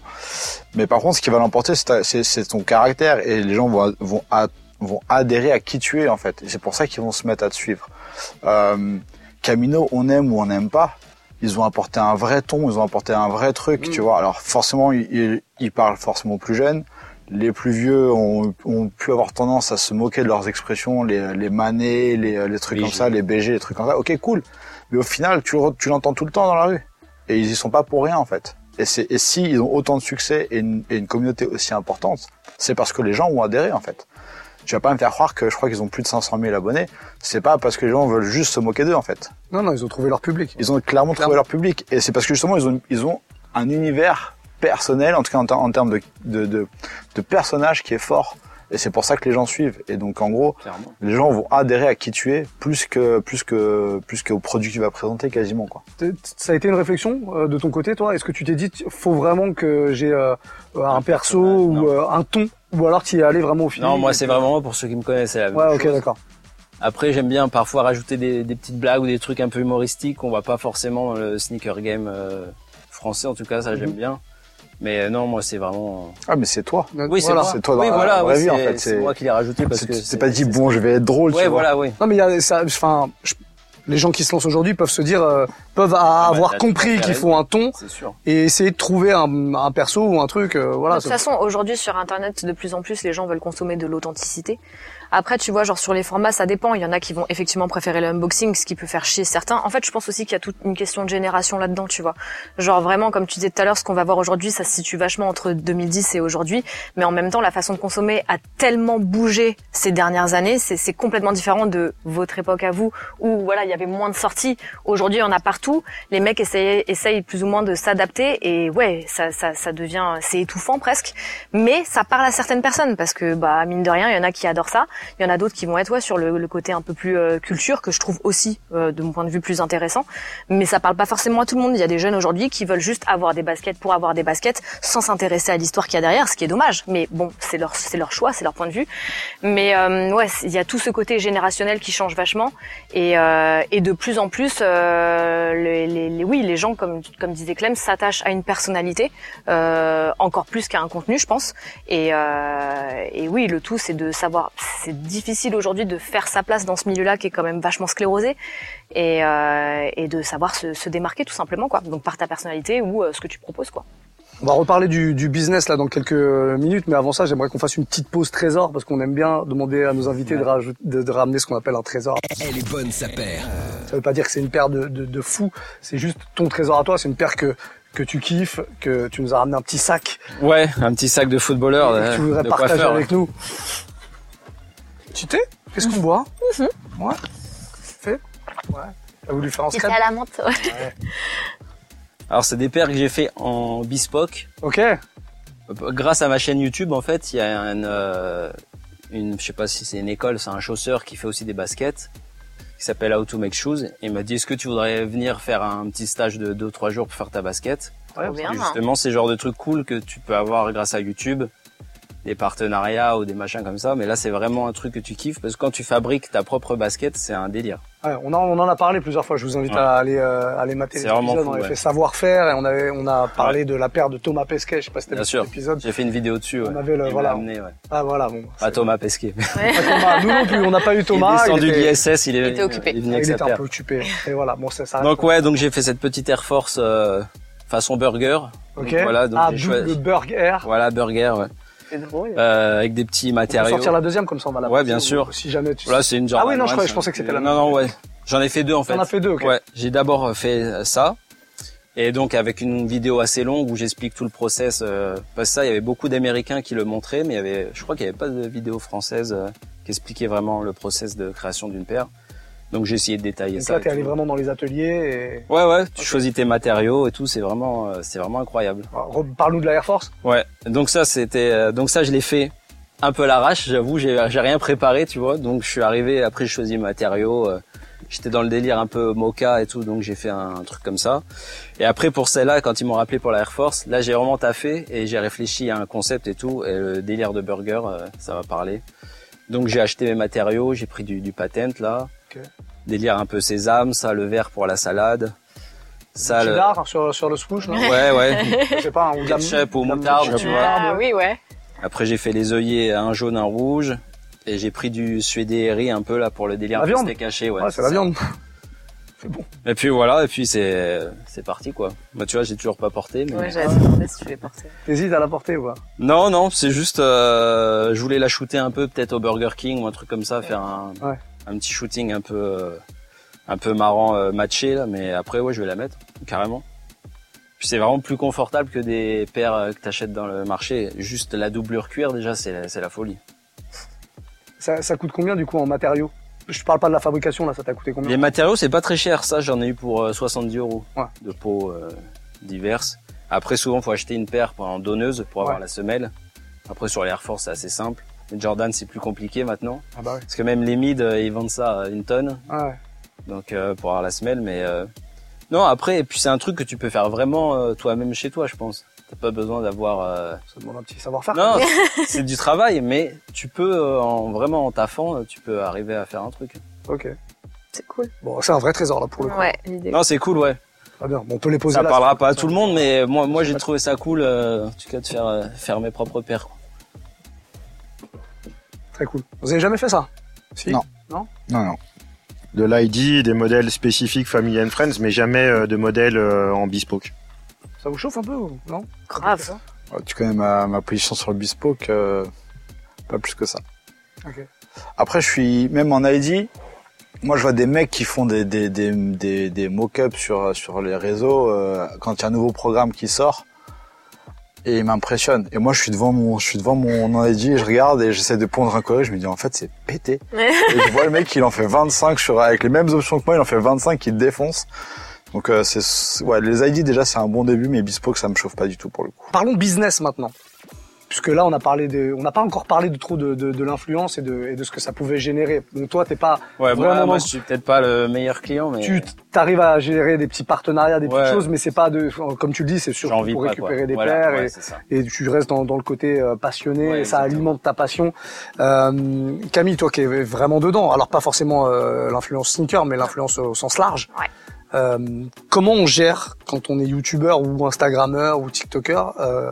E: Mais par contre, ce qui va l'emporter, c'est ta- c'est c'est ton caractère et les gens vont, vont, a- vont adhérer à qui tu es en fait. Et c'est pour ça qu'ils vont se mettre à te suivre. Euh, Camino, on aime ou on n'aime pas. Ils ont apporté un vrai ton, ils ont apporté un vrai truc,
C: Mm.
E: tu vois. Alors forcément, ils, ils, ils parlent forcément aux plus jeunes. Les plus vieux ont, ont pu avoir tendance à se moquer de leurs expressions, les, les manés, les, les trucs
H: BG.
E: comme ça, les BG, les trucs comme ça. Ok, cool. Mais au final, tu, le re- tu l'entends tout le temps dans la rue. Et ils y sont pas pour rien, en fait. Et, c'est- et si ils ont autant de succès et une, et une communauté aussi importante, c'est parce que les gens ont adhéré, en fait. Tu vas pas me faire croire que je crois qu'ils ont plus de 500 000 abonnés. C'est pas parce que les gens veulent juste se moquer d'eux, en fait.
C: Non, non, ils ont trouvé leur public.
E: Ils ont clairement trouvé
C: Clairement.
E: leur public. Et c'est parce que justement, ils ont, ils ont un univers personnel, en tout cas en, ter- en termes de, de, de, de personnage qui est fort. Et c'est pour ça que les gens suivent. Et donc, en gros,
H: Clairement.
E: les gens vont adhérer à qui tu es plus que, plus que, plus qu'au produit que tu vas présenter quasiment, quoi.
C: T'es- Ça a été une réflexion euh, de ton côté, toi Est-ce que tu t'es dit, tiens, faut vraiment que j'ai euh, un perso
H: personnage,
C: ou
H: non.
C: euh, un ton Ou alors t'y es allé vraiment au final
H: Non, moi, c'est vraiment pour ceux qui me connaissent. c'est la même
C: Ouais, ok,
H: chose.
C: d'accord.
H: Après, j'aime bien parfois rajouter des, des petites blagues ou des trucs un peu humoristiques. On va pas forcément dans le sneaker game euh, français, en tout cas, ça j'aime
E: Mhm.
H: bien. Mais euh, non, moi, c'est vraiment. euh,
E: Ah, mais c'est toi.
H: Oui, c'est
C: Voilà.
H: moi.
E: C'est toi dans
H: oui,
E: la
H: voilà,
E: vraie
H: oui,
E: vie, en
H: c'est-
E: fait,
H: C'est
E: c'est-
H: moi qui l'ai rajouté parce
E: C'est-
H: que.
E: tu t'es
H: c'est-
E: pas dit
H: c'est-
E: bon je vais être drôle tu
H: Ouais,
E: vois.
H: voilà, oui.
C: Non, mais il y a ça. Enfin, je- les gens qui se lancent aujourd'hui peuvent se dire, euh, peuvent a-
H: Ah, bah,
C: avoir
H: t'as tout à
C: compris
H: fait
C: qu'il
H: raison.
C: faut un ton
H: C'est sûr.
C: et essayer de trouver un, un perso ou un truc. euh, voilà.
D: de toute façon, aujourd'hui sur Internet, de plus en plus, les gens veulent consommer de l'authenticité. Après, tu vois, genre sur les formats, ça dépend. Il y en a qui vont effectivement préférer le unboxing, ce qui peut faire chier certains. En fait, je pense aussi qu'il y a toute une question de génération là-dedans, tu vois. Genre vraiment, comme tu disais tout à l'heure, ce qu'on va voir aujourd'hui, ça se situe vachement entre 2010 et aujourd'hui. Mais en même temps, la façon de consommer a tellement bougé ces dernières années. C'est c'est complètement différent de votre époque à vous, où voilà, il y avait moins de sorties. Aujourd'hui, il y en a partout les mecs essayent, essayent plus ou moins de s'adapter et ouais, ça, ça, ça devient, c'est étouffant presque, mais ça parle à certaines personnes parce que bah mine de rien, il y en a qui adorent ça, il y en a d'autres qui vont être ouais sur le, le côté un peu plus euh, culture que je trouve aussi euh, de mon point de vue plus intéressant, mais ça parle pas forcément à tout le monde. Il y a des jeunes aujourd'hui qui veulent juste avoir des baskets pour avoir des baskets sans s'intéresser à l'histoire qu'il y a derrière, ce qui est dommage, mais bon, c'est leur, c'est leur choix, c'est leur point de vue, mais euh, ouais, c'est- il y a tout ce côté générationnel qui change vachement. Et, euh, et de plus en plus, euh, les, les- les- oui, les gens, comme, comme disait Clem, s'attachent à une personnalité, euh, encore plus qu'à un contenu, je pense. Et, euh, et oui, le tout, c'est de savoir. C'est difficile aujourd'hui de faire sa place dans ce milieu-là qui est quand même vachement sclérosé, et, euh, et de savoir se, se démarquer tout simplement, quoi. Donc par ta personnalité ou euh, ce que tu proposes, quoi.
C: On va reparler du, du business là dans quelques minutes, mais avant ça, j'aimerais qu'on fasse une petite pause trésor parce qu'on aime bien demander à nos invités de, rajout- de- de ramener ce qu'on appelle un trésor.
A: Elle est bonne sa paire.
C: Ça veut pas dire que c'est une paire de, de, de fous, c'est juste ton trésor à toi, c'est une paire que que tu kiffes, que tu nous as ramené un petit sac
H: Ouais, un petit sac de footballeur,
C: que tu voudrais
H: de
C: partager
H: coiffeur.
C: avec nous. Tu t'es Qu'est-ce qu'on boit
D: Mhm.
C: Ouais. Fait Ouais. T'as voulu faire en
D: C'était
C: scrap
D: à la menthe. ouais.
H: Alors c'est des paires que j'ai fait en bespoke.
C: Ok.
H: Grâce à ma chaîne YouTube, en fait, il y a un, euh, une, je sais pas si c'est une école, c'est un chausseur qui fait aussi des baskets, qui s'appelle How to Make Shoes. Et il m'a dit, est-ce que tu voudrais venir faire un petit stage de 2-3 jours pour faire ta basket
D: Trop bien.
H: Et Justement, c'est le genre de truc cool que tu peux avoir grâce à YouTube, des partenariats ou des machins comme ça. Mais là, c'est vraiment un truc que tu kiffes parce que quand tu fabriques ta propre basket, c'est un délire.
C: Ouais, on, en- on en a parlé plusieurs fois. Je vous invite
H: Ouais.
C: à aller, euh, aller mater les
H: C'est vraiment
C: épisodes. on
H: cool,
C: avait
H: ouais.
C: fait savoir-faire et on, avait, on a parlé de la paire de Thomas Pesquet. Je sais pas si t'as
H: Bien
C: vu
H: sûr.
C: cet épisode.
H: J'ai fait une vidéo dessus.
C: On
H: ouais.
C: avait le-
H: Il me
C: euh, voilà.
H: l'a amené, ouais.
C: Ah voilà, bon.
H: Pas Thomas Pesquet.
C: Pas Thomas. Nous non plus, on n'a pas eu
H: il
C: Thomas.
H: est descendu de
C: était-
H: l'ISS, il est,
D: était occupé.
C: Ah,
H: il est
C: il
H: venu avec sa
C: était un
H: paire.
C: peu occupé. Et voilà, bon, ça, ça reste-
H: Donc ouais, donc j'ai fait cette petite Air Force euh, façon burger.
C: Ok.
H: Donc voilà, donc
C: ah,
H: j'ai
C: double
H: choisi-
C: burger.
H: Voilà, burger, ouais.
C: C'est drôle.
H: Euh, avec des petits
C: On peut
H: matériaux.
C: sortir la deuxième comme ça, on va la.
H: Ouais, bien
C: si-
H: sûr.
C: Si jamais tu.
H: Là, c'est une genre.
C: Ah oui, non, je
H: ouais,
C: croyais-
H: c'est
C: je pensais que c'était
H: un-
C: la
H: Non,
C: même.
H: non, ouais. J'en ai fait deux en fait.
C: on a fait deux, ok.
H: Ouais, j'ai d'abord fait euh, ça. Et donc avec une vidéo assez longue où j'explique tout le process. euh, parce que ça, il y avait beaucoup d'Américains qui le montraient, mais il y avait, je crois qu'il n'y avait pas de vidéo française euh, qui expliquait vraiment le process de création d'une paire. Donc j'ai essayé de détailler
C: Donc
H: ça.
C: là,
H: et
C: t'es allé
H: tout.
C: vraiment dans les ateliers et.
H: Ouais, ouais. Tu
C: Ok.
H: choisis tes matériaux et tout. C'est vraiment, euh, c'est vraiment incroyable.
C: Alors, Parle-nous de la Air Force.
H: Ouais. Donc ça, c'était, euh, donc ça, je l'ai fait un peu à l'arrache. J'avoue, j'ai, j'ai rien préparé, tu vois. Donc je suis arrivé. Après, je choisis mes matériaux. euh, J'étais dans le délire un peu mocha et tout, donc j'ai fait un, un truc comme ça. Et après pour celle-là, quand ils m'ont rappelé pour la Air Force, là j'ai vraiment taffé et j'ai réfléchi à un concept et tout. Et le délire de burger, euh, ça va parler. Donc j'ai acheté mes matériaux, j'ai pris du, du patent là.
C: Ok.
H: Délire un peu sésame, ça le verre pour la salade. Ça
C: du
H: le...
C: cheddar, hein, sur, sur le swoosh, non
H: Ouais ouais.
C: Je sais pas, hein, ou de la
H: Ketchup ou
C: de la
H: moutarde,
C: moutarde,
H: tu
C: ouais.
H: vois.
D: Ah oui, ouais.
H: Après, j'ai fait les œillets, un jaune, un rouge. Et j'ai pris du suédéry un peu là pour le délire.
C: La viande.
H: C'était caché, ouais.
C: Ouais, c'est la
H: ça.
C: viande.
H: Et puis voilà, et puis c'est c'est parti quoi. Bah tu vois, j'ai toujours pas porté. Mais...
D: Ouais, j'allais te demander si tu les portais.
C: T'hésites à la porter ou pas
H: Non, non, c'est juste, euh, je voulais la shooter un peu, peut-être au Burger King ou un truc comme ça, faire un
C: Ouais.
H: un petit shooting un peu euh, un peu marrant, euh, matché là. Mais après, ouais, je vais la mettre carrément. Puis c'est vraiment plus confortable que des paires euh, que t'achètes dans le marché. Juste la doublure cuir déjà, c'est la- c'est la folie.
C: ça, ça coûte combien du coup en matériaux Je parle pas de la fabrication là, ça t'a coûté combien
H: Les matériaux, c'est pas très cher, ça j'en ai eu pour euh, 70 euros
C: Ouais.
H: de peaux euh, diverses. Après, souvent, faut acheter une paire en donneuse pour avoir
C: Ouais.
H: la semelle. Après, sur l'Air Force, c'est assez simple. Les Jordan, c'est plus compliqué maintenant.
C: Ah bah ouais.
H: Parce que même les mid, euh, ils vendent ça à une tonne,
C: Ah ouais.
H: donc euh, pour avoir la semelle. Mais euh, non, après, et puis c'est un truc que tu peux faire vraiment euh, toi-même chez toi, je pense. T'as pas besoin d'avoir. euh,
C: Ça demande un petit savoir-faire.
H: Non, c'est du travail, mais tu peux euh, en vraiment en taffant, euh, tu peux arriver à faire un truc.
C: Ok.
D: C'est cool.
C: Bon, c'est un vrai trésor là pour le coup.
D: Ouais, l'idée.
H: Non, c'est cool, ouais.
C: Très bien. Bon, on peut les poser
H: Ça
C: là.
H: parlera
C: c'est-
H: pas à tout le monde, mais moi, moi, j'ai
C: pas-
H: trouvé ça cool, euh, en tout cas, de faire, euh, faire mes propres paires.
C: Très cool. Vous avez jamais fait ça Si.
E: Non. Non, non.
G: De l'ID, des modèles spécifiques Family and Friends, mais jamais euh, de modèles euh, en bespoke.
C: Ça vous chauffe un peu ou non
D: Grave.
E: Ouais, Tu connais ma, ma position sur le bespoke, euh, pas plus que ça.
C: Ok.
E: Après, je suis même en ID. Moi, je vois des mecs qui font des des des des, des mock-ups sur sur les réseaux euh, quand il y a un nouveau programme qui sort et ils m'impressionnent. Et moi, je suis devant mon je suis devant mon ID et je regarde et j'essaie de pondre un coloré. Je me dis en fait, c'est pété. et je vois le mec, il en fait 25 sur avec les mêmes options que moi, il en fait 25, il défonce. Donc euh, c'est ouais, les ID déjà c'est un bon début, mais bespoke ça me chauffe pas du tout pour le coup.
C: Parlons business maintenant. Puisque là, on a parlé de, on n'a pas encore parlé de trop de, de, de l'influence et de, et de ce que ça pouvait générer. Donc toi, t'es pas,
H: Ouais,
C: Vraiment,
H: moi,
C: moi,
H: moi, je suis peut-être pas le meilleur client, mais
C: tu t'arrives à gérer des petits partenariats, des petites
H: Ouais.
C: choses, mais c'est pas de, comme tu le dis, c'est
H: j'en
C: surtout
H: vis
C: pour
H: pas,
C: récupérer
H: quoi.
C: des
H: Voilà,
C: paires
H: ouais,
C: et,
H: c'est ça.
C: et tu restes dans, dans le côté euh, passionné,
H: Ouais,
C: et ça
H: exactement.
C: alimente ta passion. Euh, Camille, toi qui es vraiment dedans, alors pas forcément euh, l'influence sneaker, mais l'influence au sens large.
D: Ouais.
C: Euh, comment on gère quand on est youtubeur ou instagrammeur ou tiktoker euh,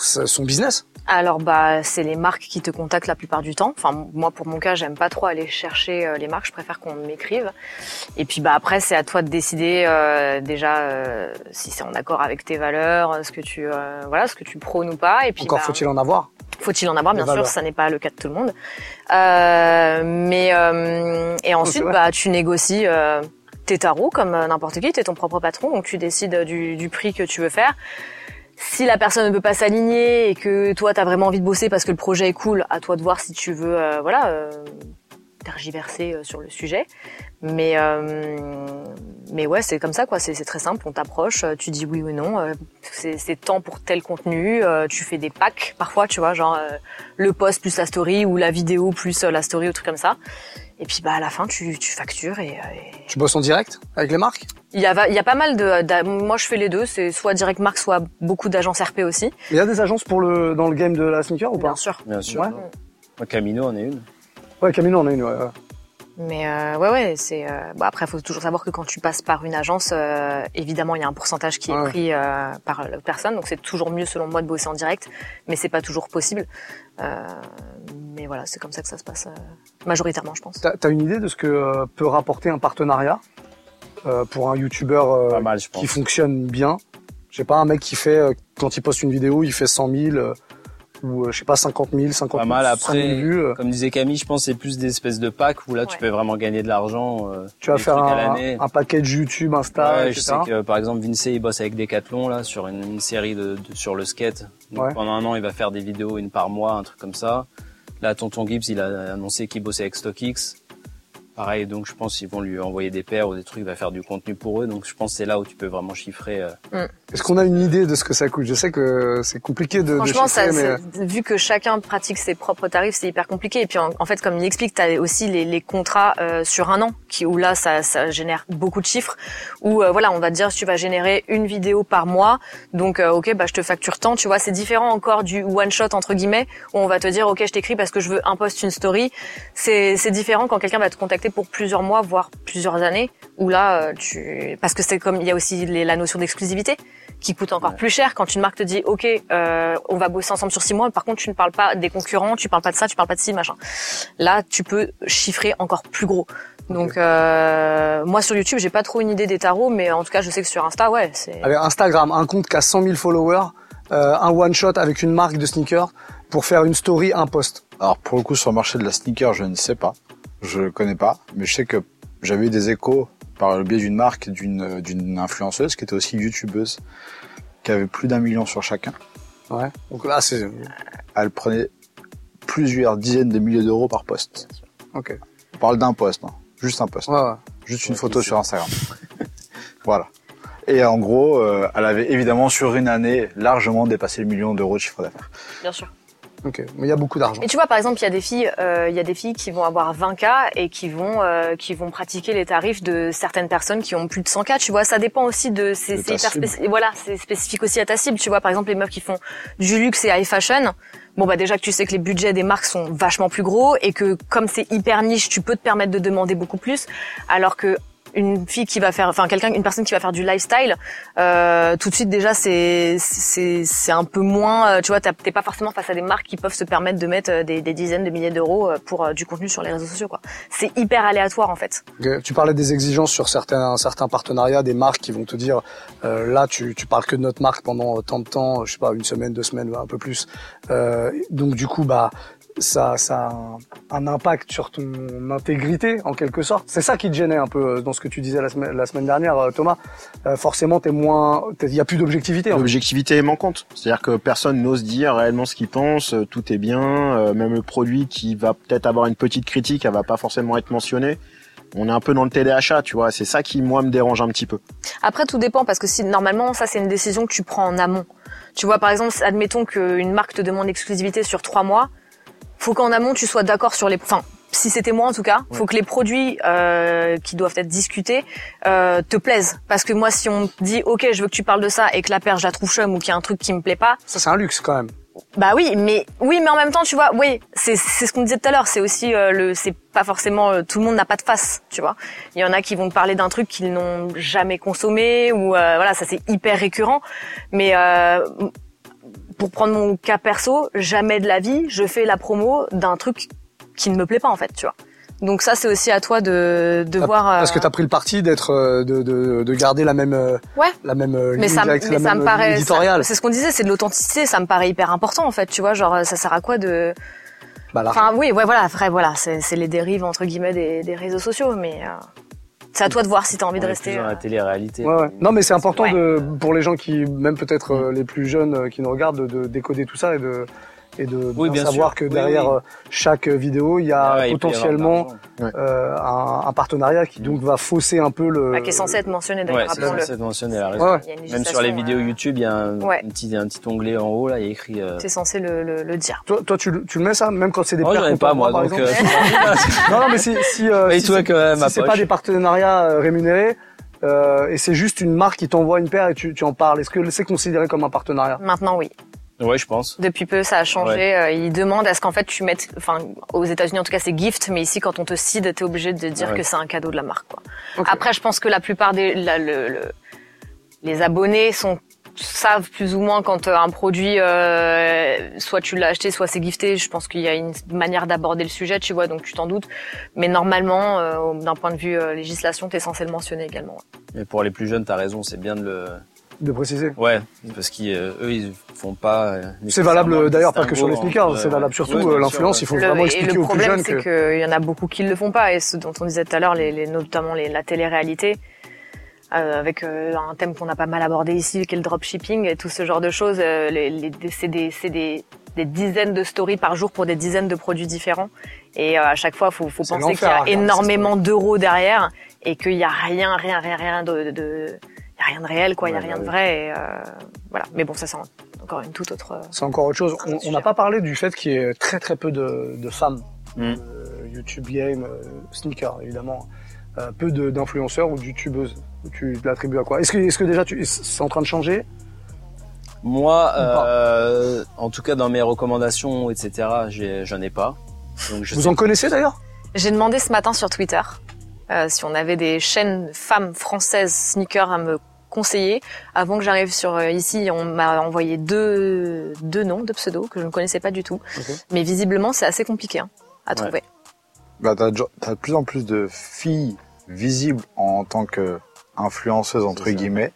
C: ce- son business
D: Alors bah c'est les marques qui te contactent la plupart du temps. Enfin moi pour mon cas j'aime pas trop aller chercher euh, les marques, je préfère qu'on m'écrive. Et puis bah après c'est à toi de décider euh, déjà euh, si c'est en accord avec tes valeurs, ce que tu euh, voilà ce que tu prônes ou pas. Et puis
C: Encore
D: bah,
C: faut-il en avoir
D: faut-il en avoir
C: des
D: bien sûr,
C: valeurs.
D: ça n'est pas le cas de tout le monde. Euh, mais euh, et ensuite
C: ouais.
D: bah tu négocies. euh, tes tarots comme euh, n'importe qui, t'es ton propre patron, donc tu décides euh, du, du prix que tu veux faire. si la personne ne peut pas s'aligner et que toi t'as vraiment envie de bosser parce que le projet est cool, à toi de voir si tu veux, euh, voilà, euh, tergiverser euh, sur le sujet. Mais euh, mais ouais, c'est comme ça quoi. C'est c'est très simple. On t'approche, euh, tu dis oui ou non. euh, C'est c'est temps pour tel contenu. euh, tu fais des packs parfois, tu vois, genre euh, le post plus la story ou la vidéo plus euh, la story ou truc comme ça. Et puis bah à la fin, tu tu factures et, euh, et
C: Tu bosses en direct avec les marques
D: il y a, va- il y a pas mal de, d'a- Moi, je fais les deux. C'est soit direct marque, soit beaucoup d'agences RP aussi.
C: Il y a des agences pour le, dans le game de la sneaker ou pas
D: Bien sûr.
H: Bien sûr.
C: Ouais.
H: Moi, Camino en est une.
C: Ouais, Camino, on a une. ouais, ouais.
D: Mais euh, ouais, ouais, c'est. Euh, bon, après, faut toujours savoir que quand tu passes par une agence, euh, évidemment, il y a un pourcentage qui est
C: Ouais, ouais.
D: pris euh, par la personne. Donc, c'est toujours mieux, selon moi, de bosser en direct, mais c'est pas toujours possible. Euh, mais voilà, c'est comme ça que ça se passe euh, majoritairement, je pense.
C: T'as t'as une idée de ce que euh, peut rapporter un partenariat euh, pour un youtubeur euh,
H: Pas mal, je
C: qui
H: pense.
C: fonctionne bien Je sais pas, un mec qui fait, euh, quand il poste une vidéo, il fait 100 000 euh, ou euh, je sais pas, 50 000, 50
H: Pas
C: 000,
H: mal
C: 100 000
H: après.
C: vues. euh,
H: Comme disait Camille, je pense que c'est plus des espèces de packs où là tu
D: Ouais.
H: peux vraiment gagner de l'argent. euh,
C: tu vas
H: des
C: faire
H: trucs à
C: un,
H: l'année.
C: un package YouTube, Insta,
H: Ouais, je
C: etc.
H: sais que par exemple Vince il bosse avec Decathlon là sur une, une série de, de- sur le skate. Donc
C: Ouais.
H: pendant un an il va faire des vidéos une par mois, un truc comme ça. Là Tonton Gibbs il a annoncé qu'il bossait avec StockX. Pareil donc je pense qu'ils vont lui envoyer des paires ou des trucs, il va faire du contenu pour eux. Donc je pense que c'est là où tu peux vraiment chiffrer. euh.
C: Est-ce qu'on a une idée de ce que ça coûte Je sais que c'est compliqué de, de
D: Franchement, ça,
C: chiffrer, mais... euh,
D: c'est- vu que chacun pratique ses propres tarifs, c'est hyper compliqué. Et puis, en, en fait, comme il explique, tu as aussi les, les contrats euh, sur un an, qui où là, ça, ça génère beaucoup de chiffres. Où euh, voilà, on va te dire, tu vas générer une vidéo par mois. Donc, euh, ok, bah je te facture tant. Tu vois, c'est différent encore du one shot entre guillemets, où on va te dire, ok, je t'écris parce que je veux un post, une story. C'est c'est différent quand quelqu'un va te contacter pour plusieurs mois, voire plusieurs années. Où là, euh, tu parce que c'est comme il y a aussi les- la notion d'exclusivité qui coûte encore
H: Ouais.
D: plus cher quand une marque te dit ok euh, on va bosser ensemble sur six mois mais par contre tu ne parles pas des concurrents tu parles pas de ça tu parles pas de ci machin là tu peux chiffrer encore plus gros donc euh, moi sur YouTube j'ai pas trop une idée des tarots mais en tout cas je sais que sur Insta ouais c'est
C: Avec Instagram, un compte qui a 100 000 followers, euh, un one-shot avec une marque de sneakers pour faire une story, un post.
E: Alors pour le coup sur le marché de la sneaker, je ne sais pas, je connais pas, mais je sais que j'avais eu des échos par le biais d'une marque, d'une d'une influenceuse qui était aussi youtubeuse, qui avait plus d'un million sur chacun.
C: Ouais. Donc là, c'est...
E: Elle prenait plusieurs dizaines de milliers d'euros par poste.
C: Ok.
E: On parle d'un poste, hein. juste un poste,
C: Ouais, ouais.
E: juste une photo sur Instagram. voilà. Et en gros, euh, elle avait évidemment sur une année largement dépassé le million d'euros de chiffre d'affaires.
D: bien sûr
C: Ok. Mais il y a beaucoup d'argent.
D: Et tu vois, par exemple, il y a des filles, euh, il y a des filles qui vont avoir 20 k et qui vont, euh, qui vont pratiquer les tarifs de certaines personnes qui ont plus de 100 k. Tu vois, ça dépend aussi de. C'est
E: De
D: c'est
E: ta
D: hyper
E: cible.
D: spéci- voilà, c'est spécifique aussi à ta cible. Tu vois, par exemple, les meufs qui font du luxe et high fashion. Bon bah déjà que tu sais que les budgets des marques sont vachement plus gros et que comme c'est hyper niche, tu peux te permettre de demander beaucoup plus, alors que une fille qui va faire, enfin quelqu'un, une personne qui va faire du lifestyle, euh, tout de suite déjà c'est c'est c'est un peu moins, euh, tu vois, t'as- t'es pas forcément face à des marques qui peuvent se permettre de mettre euh, des, des dizaines de milliers d'euros euh, pour euh, du contenu sur les réseaux sociaux quoi. C'est hyper aléatoire en fait.
C: Ok. Euh, Tu parlais des exigences sur certains, certains partenariats, des marques qui vont te dire, euh, là, tu, tu parles que de notre marque pendant euh, tant de temps, je sais pas, une semaine, deux semaines, un peu plus. Euh, donc du coup, bah, ça, ça a un, un impact sur ton intégrité, en quelque sorte. C'est ça qui te gênait un peu euh, dans ce que tu disais la, semaine la semaine dernière, euh, Thomas. Euh, forcément, t'es moins, t'es- il y a plus d'objectivité. en fait.
G: L'objectivité est manquante. C'est-à-dire que personne n'ose dire réellement ce qu'il pense, euh, tout est bien, euh, même le produit qui va peut-être avoir une petite critique, elle va pas forcément être mentionnée. On est un peu dans le téléachat, tu vois, c'est ça qui, moi, me dérange un petit peu.
D: Après, tout dépend parce que si normalement, ça c'est une décision que tu prends en amont. Tu vois, par exemple, admettons qu'une marque te demande l'exclusivité sur trois mois, faut qu'en amont tu sois d'accord sur les. Enfin, si c'était moi en tout cas, faut que les produits euh, qui doivent être discutés euh, te plaisent. Parce que moi, si on me dit OK, je veux que tu parles de ça et que la paire, je la trouve chum ou qu'il y a un truc qui me plaît pas,
C: Ça, c'est un luxe quand même.
D: bah oui, mais oui, mais en même temps, tu vois, oui, c'est c'est ce qu'on disait tout à l'heure. C'est aussi euh, le, c'est pas forcément euh, tout le monde n'a pas de face, tu vois. Il y en a qui vont te parler d'un truc qu'ils n'ont jamais consommé ou euh, voilà, ça c'est hyper récurrent. Mais euh, pour prendre mon cas perso, jamais de la vie, je fais la promo d'un truc qui ne me plaît pas en fait, tu vois. Donc ça c'est aussi à toi de de
C: T'as-
D: voir. euh,
C: Ah, Parce que t'as pris le parti d'être, euh, de, de, de garder la même, euh,
D: Ouais.
C: la même euh, ligne
D: mais ça, me-
C: directrice,
D: mais
C: la
D: ça
C: même
D: me
C: euh,
D: paraît
C: éditoriale.
D: ça- c'est ce qu'on disait c'est de l'authenticité ça me paraît hyper important en fait tu vois genre ça sert à quoi de
C: Bah, la-
D: Enfin oui, ouais, voilà, après, voilà, c'est c'est les dérives entre guillemets des, des réseaux sociaux, mais euh, C'est à toi de voir si t'as envie
H: On
D: de
H: est plus
D: rester.
H: dans la
D: euh,
H: télé-réalité.
C: Ouais, ouais. Non, mais c'est important
D: Ouais.
C: de, pour les gens qui, même peut-être euh, les plus jeunes euh, qui nous regardent, de, de décoder tout ça et de, et de
H: Oui, bien
C: savoir
H: sûr.
C: que
H: Oui,
C: derrière
H: oui.
C: euh, chaque vidéo, il y a
H: Ah ouais, il peut y avoir de
C: potentiellement
H: l'argent.
C: euh, un, un partenariat qui donc va fausser un peu le.
D: bah, qui est censé être mentionné
H: Ouais,
D: d'ailleurs,
H: c'est
D: rappelons-le.
H: censé être mentionné, la raison.
C: Ouais, ouais.
D: Il y a une
H: Même sur les
D: législation,
H: vidéos
D: euh,
H: YouTube, il y a un,
D: Ouais.
H: un petit, un petit onglet en haut, là, il y a écrit. Euh...
D: C'est censé le, le, le dire.
C: Toi, toi, tu, le- tu le mets ça, même quand c'est des
H: Oh,
C: pères
H: j'en ai
C: qu'on
H: pas,
C: peut
H: moi,
C: avoir, par
H: donc. euh,
C: exemple Non, non, mais si, si, euh,
H: Et
C: si
H: toi,
C: c'est-
H: quand même,
C: si
H: ma
C: c'est pas
H: poche.
C: des partenariats euh, rémunérés euh, et c'est juste une marque qui t'envoie une paire et tu, tu en parles, est-ce que c'est considéré comme un partenariat
D: Maintenant, oui.
H: Ouais, je pense.
D: Depuis peu, ça a changé. Euh, ils demandent à ce qu'en fait tu mettes, enfin, aux États-Unis en tout cas, c'est gift, mais ici quand on te cite, t'es obligé de dire
H: Ouais.
D: que c'est un cadeau de la marque. Quoi.
C: Ok.
D: Après, je pense que la plupart des la- le- le- les abonnés sont savent plus ou moins quand euh, un produit, euh, soit tu l'as acheté, soit c'est gifté. Je pense qu'il y a une manière d'aborder le sujet, tu vois, donc tu t'en doutes. Mais normalement, euh, d'un point de vue euh, législation, t'es censé le mentionner également.
H: Mais pour les plus jeunes, t'as raison, c'est bien de le.
C: De préciser.
H: Ouais, parce qu'eux, ils font pas. euh,
C: C'est valable
H: nécessairement
C: euh,
H: le
C: d'ailleurs pas que sur les
H: distinguo
C: sneakers,
H: entre,
C: c'est
H: euh,
C: valable surtout
H: ouais, bien
C: euh,
H: sûr,
C: l'influence.
H: ouais.
C: Il faut
D: Le-
C: vraiment
D: et
C: expliquer
D: le
C: aux plus
D: problème,
C: jeunes
D: c'est
C: que.
D: qu'il y en a beaucoup qui ne le font pas, et ce dont on disait tout à l'heure, les, les- notamment les, la télé-réalité, euh, avec euh, un thème qu'on a pas mal abordé ici, qui est le dropshipping et tout ce genre de choses. euh, les- les- c'est des, c'est des- des dizaines de stories par jour pour des dizaines de produits différents. Et euh, à chaque fois, faut, faut
C: C'est
D: penser
C: l'enfer
D: qu'il y
C: à
D: a
C: regarder,
D: énormément d'euros derrière et qu'il y a rien, rien, rien, rien de, de- y a rien de réel, quoi. Il y a
H: Ouais,
D: rien
H: bah
D: de
H: oui.
D: vrai. et, euh, voilà. Mais bon, ça c'est encore une toute autre. euh,
C: C'est encore autre chose.
D: Un
C: On-
D: autre
C: On n'a
D: sujet.
C: pas parlé du fait qu'il y ait très très peu de, de femmes.
H: Mm.
C: Euh, YouTube game, euh, sneakers évidemment. Euh, peu de- d'influenceurs ou de youtubeuses. Tu l'attribues à quoi Est-ce que, est que déjà tu- c'est en train de changer
H: Moi,
C: Ou pas
H: euh, en tout cas, dans mes recommandations, etc., j'ai- j'en ai pas. Donc, je
C: Vous
H: sais-
C: en connaissez d'ailleurs
D: J'ai demandé ce matin sur Twitter euh, si on avait des chaînes femmes françaises sneakers à me conseiller. Avant que j'arrive sur euh, ici, on m'a envoyé deux, deux noms, deux pseudos que je ne connaissais pas du tout.
C: Ok.
D: Mais visiblement, c'est assez compliqué hein, à
H: Ouais.
D: trouver.
E: Bah, t'as de- t'as de plus en plus de filles visibles en tant que influenceuses entre
H: C'est ça.
E: guillemets.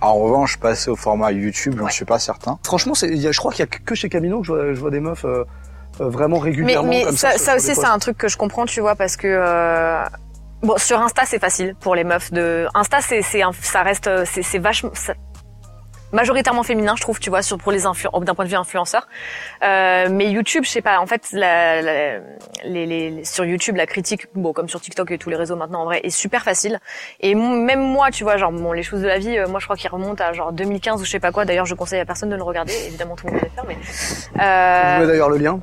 E: En revanche, passer au format YouTube, j'en suis pas certain.
C: Franchement, c'est- il y a- je crois qu'il y a que chez Camino que je vois, je vois des meufs euh, euh, vraiment
D: Mais,
C: régulièrement.
D: mais
C: comme
D: ça,
C: sur-
D: ça
C: sur
D: aussi,
C: des
D: c'est un truc que je comprends, tu vois, parce que euh, bon, sur Insta, c'est facile pour les meufs de Insta, c'est c'est un- ça reste euh, c'est c'est vachement ça- majoritairement féminin, je trouve, tu vois, sur pour les influ- d'un point de vue influenceur. Euh, mais YouTube, je sais pas, en fait, la, la- les, les- les- sur YouTube, la critique, bon, comme sur TikTok et tous les réseaux maintenant, en vrai, est super facile. Et mon- même moi, tu vois, genre, bon, les choses de la vie, euh, moi, je crois qu'ils remontent à genre 2015 ou je sais pas quoi. D'ailleurs, je conseille à personne de le regarder. Évidemment, tout le monde va le faire, mais.
C: posts.
D: euh,
C: Je vous mets d'ailleurs le lien.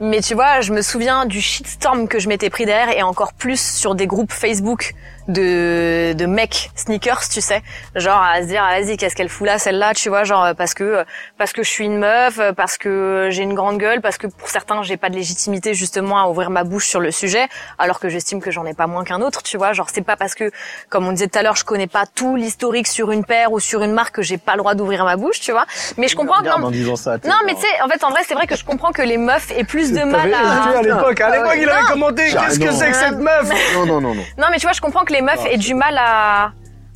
D: mais tu vois, je me souviens du shitstorm que je m'étais pris derrière et encore plus sur des groupes Facebook de, de mecs sneakers, tu sais. Genre à se dire, ah, vas-y, qu'est-ce qu'elle fout là, celle-là, tu vois, genre euh, parce que euh, parce que je suis une meuf, euh, parce que j'ai une grande gueule, parce que pour certains, j'ai pas de légitimité justement à ouvrir ma bouche sur le sujet, alors que j'estime que j'en ai pas moins qu'un autre, tu vois. Genre c'est pas parce que, comme on disait tout à l'heure, je connais pas tout l'historique sur une paire ou sur une marque que j'ai pas le droit d'ouvrir ma bouche, tu vois. Mais je comprends, non,
G: Regarde en disant ça. t'es
D: non, mais
G: pas-
D: tu sais, en fait, en vrai, c'est vrai que je comprends que les meufs aient plus de
C: T'avais
D: mal
C: hésité
D: à.
C: à l'époque. À
D: Ah
C: l'époque,
D: ouais.
C: il avait commenté.
G: Ah,
C: Qu'est-ce que
G: non.
C: c'est que cette meuf
G: Non, non, non, non.
D: Non, mais tu vois, je comprends que les meufs aient du mal à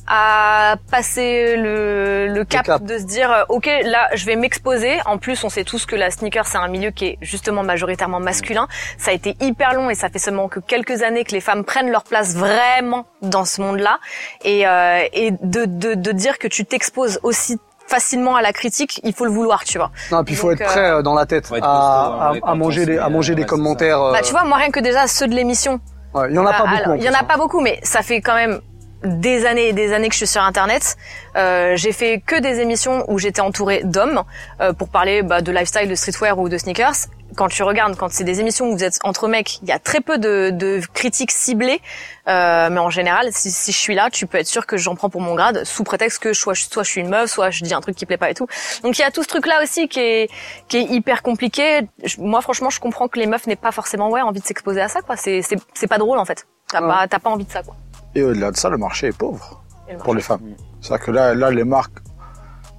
D: à passer le, le, cap
C: cap.
D: de se dire euh, ok là je vais m'exposer en plus on sait tous que la sneaker c'est un milieu qui est justement majoritairement masculin ça a été hyper long et ça fait seulement que quelques années que les femmes prennent leur place vraiment dans ce monde là et, euh, et de, de, de dire que tu t'exposes aussi facilement à la critique il faut le vouloir tu vois
C: Non, puis il faut
D: Donc,
C: être prêt euh, dans la tête
H: faut être costaud, hein,
C: à, à-
H: ouais,
C: à manger
H: quand on
C: des,
H: se
C: à
H: met,
C: manger
H: ouais,
C: des
H: c'est ça.
C: commentaires. euh,
D: bah tu vois moi rien que déjà ceux de l'émission
C: ouais, il y en a pas
D: Bah,
C: beaucoup.
D: alors,
C: en
D: Il y en
C: plus,
D: a
C: hein.
D: pas beaucoup, mais ça fait quand même des années et des années que je suis sur Internet. Euh, j'ai fait que des émissions où j'étais entourée d'hommes euh, pour parler bah, de lifestyle, de streetwear ou de sneakers. Quand tu regardes, quand c'est des émissions où vous êtes entre mecs, il y a très peu de, de critiques ciblées. Euh, mais en général, si, si je suis là, tu peux être sûr que j'en prends pour mon grade, sous prétexte que soit, je- soit je suis une meuf, soit je dis un truc qui plaît pas et tout. Donc il y a tout ce truc-là aussi qui est, qui est hyper compliqué. Je- moi, franchement, je comprends que les meufs n'aient pas forcément ouais envie de s'exposer à ça. quoi. C'est c'est- c'est pas drôle en fait. T'as
C: Ouais.
D: pas, t'as pas envie de ça, quoi.
E: Et au-delà de ça, le marché est pauvre
D: Et le
E: pour les femmes. C'est-à-dire que là, là, les marques,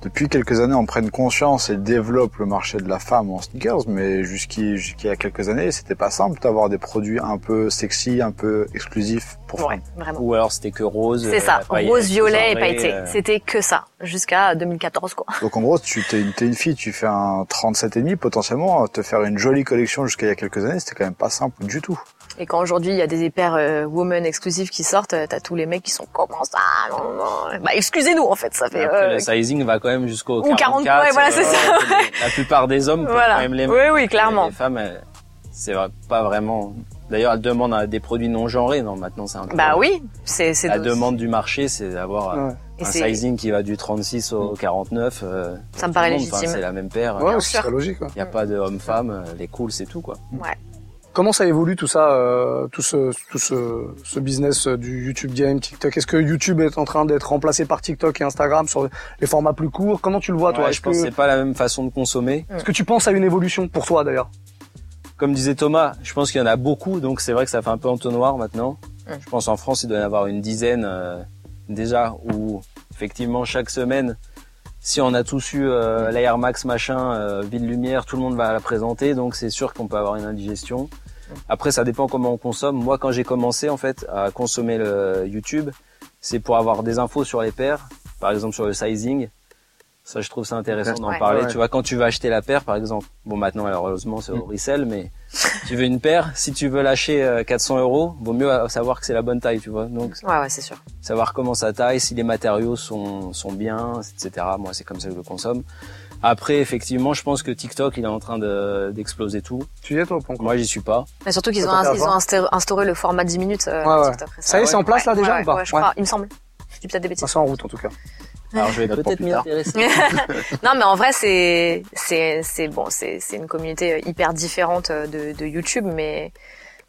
E: depuis quelques années, en prennent conscience et développent le marché de la femme en sneakers, mais jusqu'il jusqu'il y a quelques années, c'était pas simple d'avoir des produits un peu sexy, un peu exclusifs pour
D: Ouais,
E: femmes.
D: vraiment.
H: Ou alors c'était que rose.
D: C'est
H: euh,
D: ça.
H: paillettes,
D: Rose, violet et
H: genré,
D: pailleté.
H: euh,
D: C'était que ça. Jusqu'à 2014, quoi.
E: Donc en gros, tu t'es une, t'es une fille, tu fais euh, un 37,5, potentiellement, te faire une jolie collection jusqu'à il y a quelques années, c'était quand même pas simple du tout.
D: Et quand aujourd'hui il y a des paires euh, women exclusives qui sortent, euh, t'as tous les mecs qui sont comment ça non, non. Bah excusez-nous en fait, ça fait.
H: Après,
D: euh,
H: le sizing va quand même jusqu'au
D: Ou
H: 44.
D: 40, ouais, voilà, c'est ça,
H: La plupart des hommes peuvent
D: Voilà.
H: quand même les
D: Oui, oui,
H: Mais
D: clairement.
H: Les femmes, elles- c'est vrai- pas vraiment. D'ailleurs, elles demandent à des produits non genrés. Non, maintenant, c'est un peu-
D: Bah oui, c'est c'est
H: La demande du marché, c'est d'avoir euh,
C: Ouais.
D: et
H: un
D: c'est-
H: sizing qui va du 36 au 49. euh,
D: ça me
H: tout
D: paraît
H: le monde. Enfin,
D: légitime.
H: c'est la même paire.
C: Ouais,
D: sûr.
C: c'est logique. ouais.
H: Il n'y a pas de homme-femme. euh, Les cools, c'est tout, quoi.
C: Comment ça évolue tout ça, euh, tout ce, tout ce, ce business euh, du YouTube game, TikTok Est-ce que YouTube est en train d'être remplacé par TikTok et Instagram sur les formats plus courts Comment tu le vois toi
H: Ouais,
C: Est-ce
H: je pense que
C: que,
H: c'est pas la même façon de consommer.
C: est-ce que tu penses à une évolution pour toi d'ailleurs
H: Comme disait Thomas, je pense qu'il y en a beaucoup, donc c'est vrai que ça fait un peu entonnoir maintenant.
D: Mm.
H: Je pense en France, il doit y en avoir une dizaine euh, déjà, où effectivement chaque semaine, si on a tous eu euh, la Air Max machin, euh, Ville Lumière, tout le monde va la présenter, donc c'est sûr qu'on peut avoir une indigestion. Après, ça dépend comment on consomme. Moi, quand j'ai commencé en fait à consommer le YouTube, c'est pour avoir des infos sur les paires, par exemple sur le sizing. Ça, je trouve ça intéressant d'en
D: Ouais.
H: parler.
G: Ouais. Mm.
H: Tu vois, quand tu vas acheter la paire, par exemple, bon, maintenant, malheureusement, c'est au resell, mais tu veux une paire, si tu veux lâcher euh, 400 euros, vaut mieux euh, savoir que c'est la bonne taille, tu vois. Donc,
D: Ouais, ouais, c'est sûr.
H: savoir comment ça taille, si les matériaux sont, sont bien, etc. Moi, c'est comme ça que je le consomme. Après, effectivement, je pense que TikTok, il est en train de- d'exploser tout.
C: Tu y es toi ou pas encore
H: Moi, j'y suis pas.
D: Mais surtout qu'ils
C: Ça
D: ont,
C: t'a fait
D: ils ont
C: avoir
D: insté- instauré le format 10 minutes. euh,
C: Ouais, ouais.
D: TikTok récemment.
C: Ça y est, c'est en place, là, déjà,
D: ouais,
C: ou pas
D: ouais, je
C: Ouais.
D: crois, il me semble. Je dis peut-être des
C: Ça
D: bêtises.
C: c'est en route en tout cas.
H: Alors, je vais
G: Note pour
H: peut-être
G: plus
H: m'y
G: tard.
H: intéresser.
D: non, mais en vrai, c'est c'est c'est bon, c'est c'est une communauté hyper différente euh, de, de YouTube, mais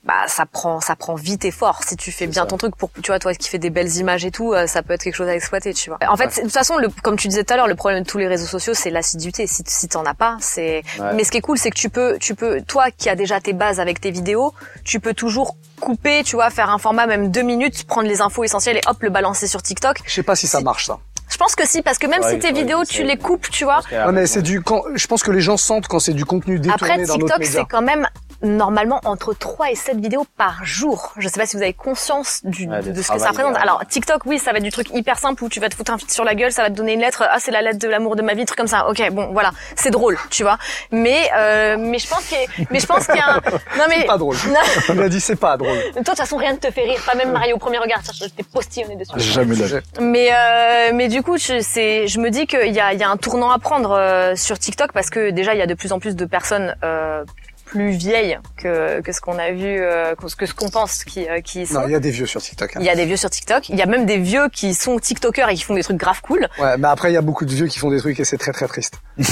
D: bah ça prend ça prend vite et fort si tu fais bien
H: ça.
D: ton truc pour tu vois toi qui fais des belles images et tout, euh, ça peut être quelque chose à exploiter, tu vois. En fait, c'est- de toute façon, le, comme tu disais tout à l'heure, le problème de tous les réseaux sociaux, c'est l'assiduité. Si si t'en as pas, c'est
H: Ouais.
D: mais ce qui est cool, c'est que tu peux, tu peux, toi qui as déjà tes bases avec tes vidéos, tu peux toujours couper, tu vois, faire un format même deux minutes, prendre les infos essentielles et hop, le balancer sur TikTok.
C: Je sais pas si ça
D: Si-
C: marche ça.
D: Je pense que si, parce que même
H: Ouais,
D: si tes
H: ouais,
D: vidéos,
H: c'est-
D: tu les coupes, tu vois,
H: Parce qu'elle a
C: Non, mais
H: raison.
C: c'est du quand je pense que les gens sentent quand c'est du contenu détourné d'un
D: après
C: autre
D: TikTok,
C: média.
D: c'est quand même normalement entre 3 et 7 vidéos par jour. Je sais pas si vous avez conscience du,
H: Ouais,
D: de,
H: le
D: ce que ça
H: travail
D: représente.
H: derrière.
D: Alors TikTok, oui, ça va être du truc hyper simple où tu vas te foutre un feed sur la gueule, ça va te donner une lettre, ah c'est la lettre de l'amour de ma vie, truc comme ça. Ok, bon, voilà, c'est drôle, tu vois. Mais euh, mais je pense qu'il y a- mais je pense qu'il y a un... non mais
C: C'est pas drôle.
D: Non.
C: Il a dit c'est pas drôle.
D: Toi, de toute façon, rien ne te fait rire. Pas même Mario au premier regard. Tiens, Je t'ai postillonné dessus.
E: Jamais de la
C: J'ai-
D: Mais euh, mais du coup, je, c'est, je me dis qu'il y a, il y a un tournant à prendre euh, sur TikTok parce que déjà, il y a de plus en plus de personnes euh, plus vieilles que, que ce qu'on a vu, euh, que ce- que ce qu'on pense qui, euh, qui y
C: Non,
D: sont.
C: il y a des vieux sur TikTok. hein.
D: Il y a des vieux sur TikTok. Il y a même des vieux qui sont TikTokers et qui font des trucs grave cool.
C: Ouais, mais après il y a beaucoup de vieux qui font des trucs et c'est très très triste.
D: Ouais,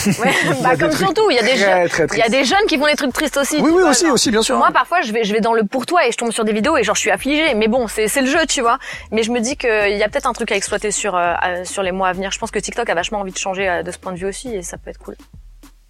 D: bah,
C: des
D: comme
C: trucs
D: surtout, il y a des jeunes.
C: Très très
D: Il y a
C: triste.
D: des jeunes qui font des trucs tristes aussi.
C: Oui
D: tu
C: oui
D: vois,
C: aussi
D: genre.
C: aussi bien sûr. hein.
D: Moi, parfois, je vais, je vais dans le pour toi et je tombe sur des vidéos et genre, je suis affligée. Mais bon, c'est, c'est le jeu, tu vois. Mais je me dis qu'il y a peut-être un truc à exploiter sur, euh, euh, sur les mois à venir. Je pense que TikTok a vachement envie de changer euh, de ce point de vue aussi et ça peut être cool.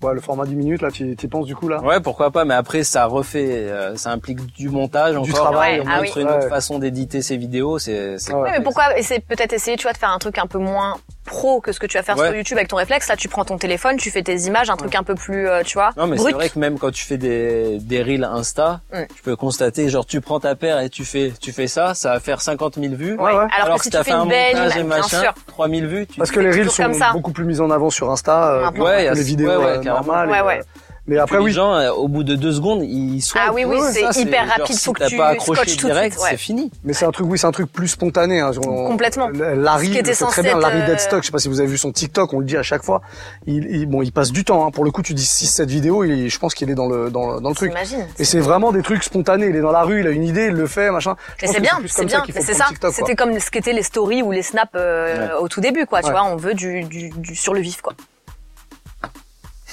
C: Ouais, le format 10 minutes là, tu tu y penses du coup là
H: euh, Ouais, pourquoi pas, mais après, ça refait, euh, ça implique du montage encore.
C: travail.
H: on
D: Ouais, ah
H: montre
D: oui.
H: une
C: Ouais.
H: autre façon d'éditer ses vidéos, c'est, c'est
C: Ouais.
D: Oui, mais pourquoi essayer, peut-être essayer, tu vois, de faire un truc un peu moins pro que ce que tu vas faire
H: Ouais.
D: sur YouTube avec ton réflexe. Là, tu prends ton téléphone, tu fais tes images, un truc un peu plus, euh, tu vois,
H: Non mais c'est
D: brut.
H: vrai que même quand tu fais des des reels Insta,
D: Ouais.
H: tu peux constater genre tu prends ta paire et tu fais tu fais ça, ça va faire 50 000 vues.
C: Ouais, ouais.
D: Alors, que si
H: t'as
D: tu fais
H: fait un
D: une belle
H: montage et
D: image, bien
H: machin,
D: sûr.
H: 3000 vues, tu
C: Parce que les
D: toujours
C: reels sont
D: comme ça.
C: beaucoup plus mis en avant sur Insta euh,
D: Maintenant,
H: Ouais, y
C: que
H: a-
C: les vidéos
H: ouais, ouais,
C: euh,
H: carrément.
C: normales.
D: Ouais,
C: et,
D: ouais.
C: euh, mais après
H: les
C: oui,
H: gens euh, au bout de deux secondes ils sont.
D: Ah oui, oui, c'est hyper rapide, faut que
H: t'as
D: tu
H: pas accroché
D: scotches tout de
H: direct,
D: suite, ouais.
H: c'est fini.
C: mais c'est un truc oui, c'est un truc plus spontané hein. On-
D: Complètement.
C: Larry,
D: Ce qui
C: le
D: était
C: fait
D: censé
C: très bien
D: être,
C: Larry
D: euh,
C: Deadstock, je sais pas si vous avez vu son TikTok, on le dit à chaque fois. Il, il- bon, il passe du temps hein. pour le coup, tu dis 6 7 vidéos, il, je pense qu'il est dans le dans, le- dans le truc.
D: T'imagines.
C: Et c'est vraiment des trucs spontanés, il est dans la rue, il a une idée, il le fait, machin. Je
D: Mais
C: pense
D: c'est
C: que
D: bien,
C: plus
D: c'est
C: comme
D: bien,
C: qu'il faut
D: mais c'est
C: prendre
D: ça.
C: TikTok, quoi.
D: C'était comme ce qu'étaient les stories ou les snaps euh, au tout début, quoi. Tu
C: Ouais.
D: vois, on veut du, du, du sur le vif, quoi.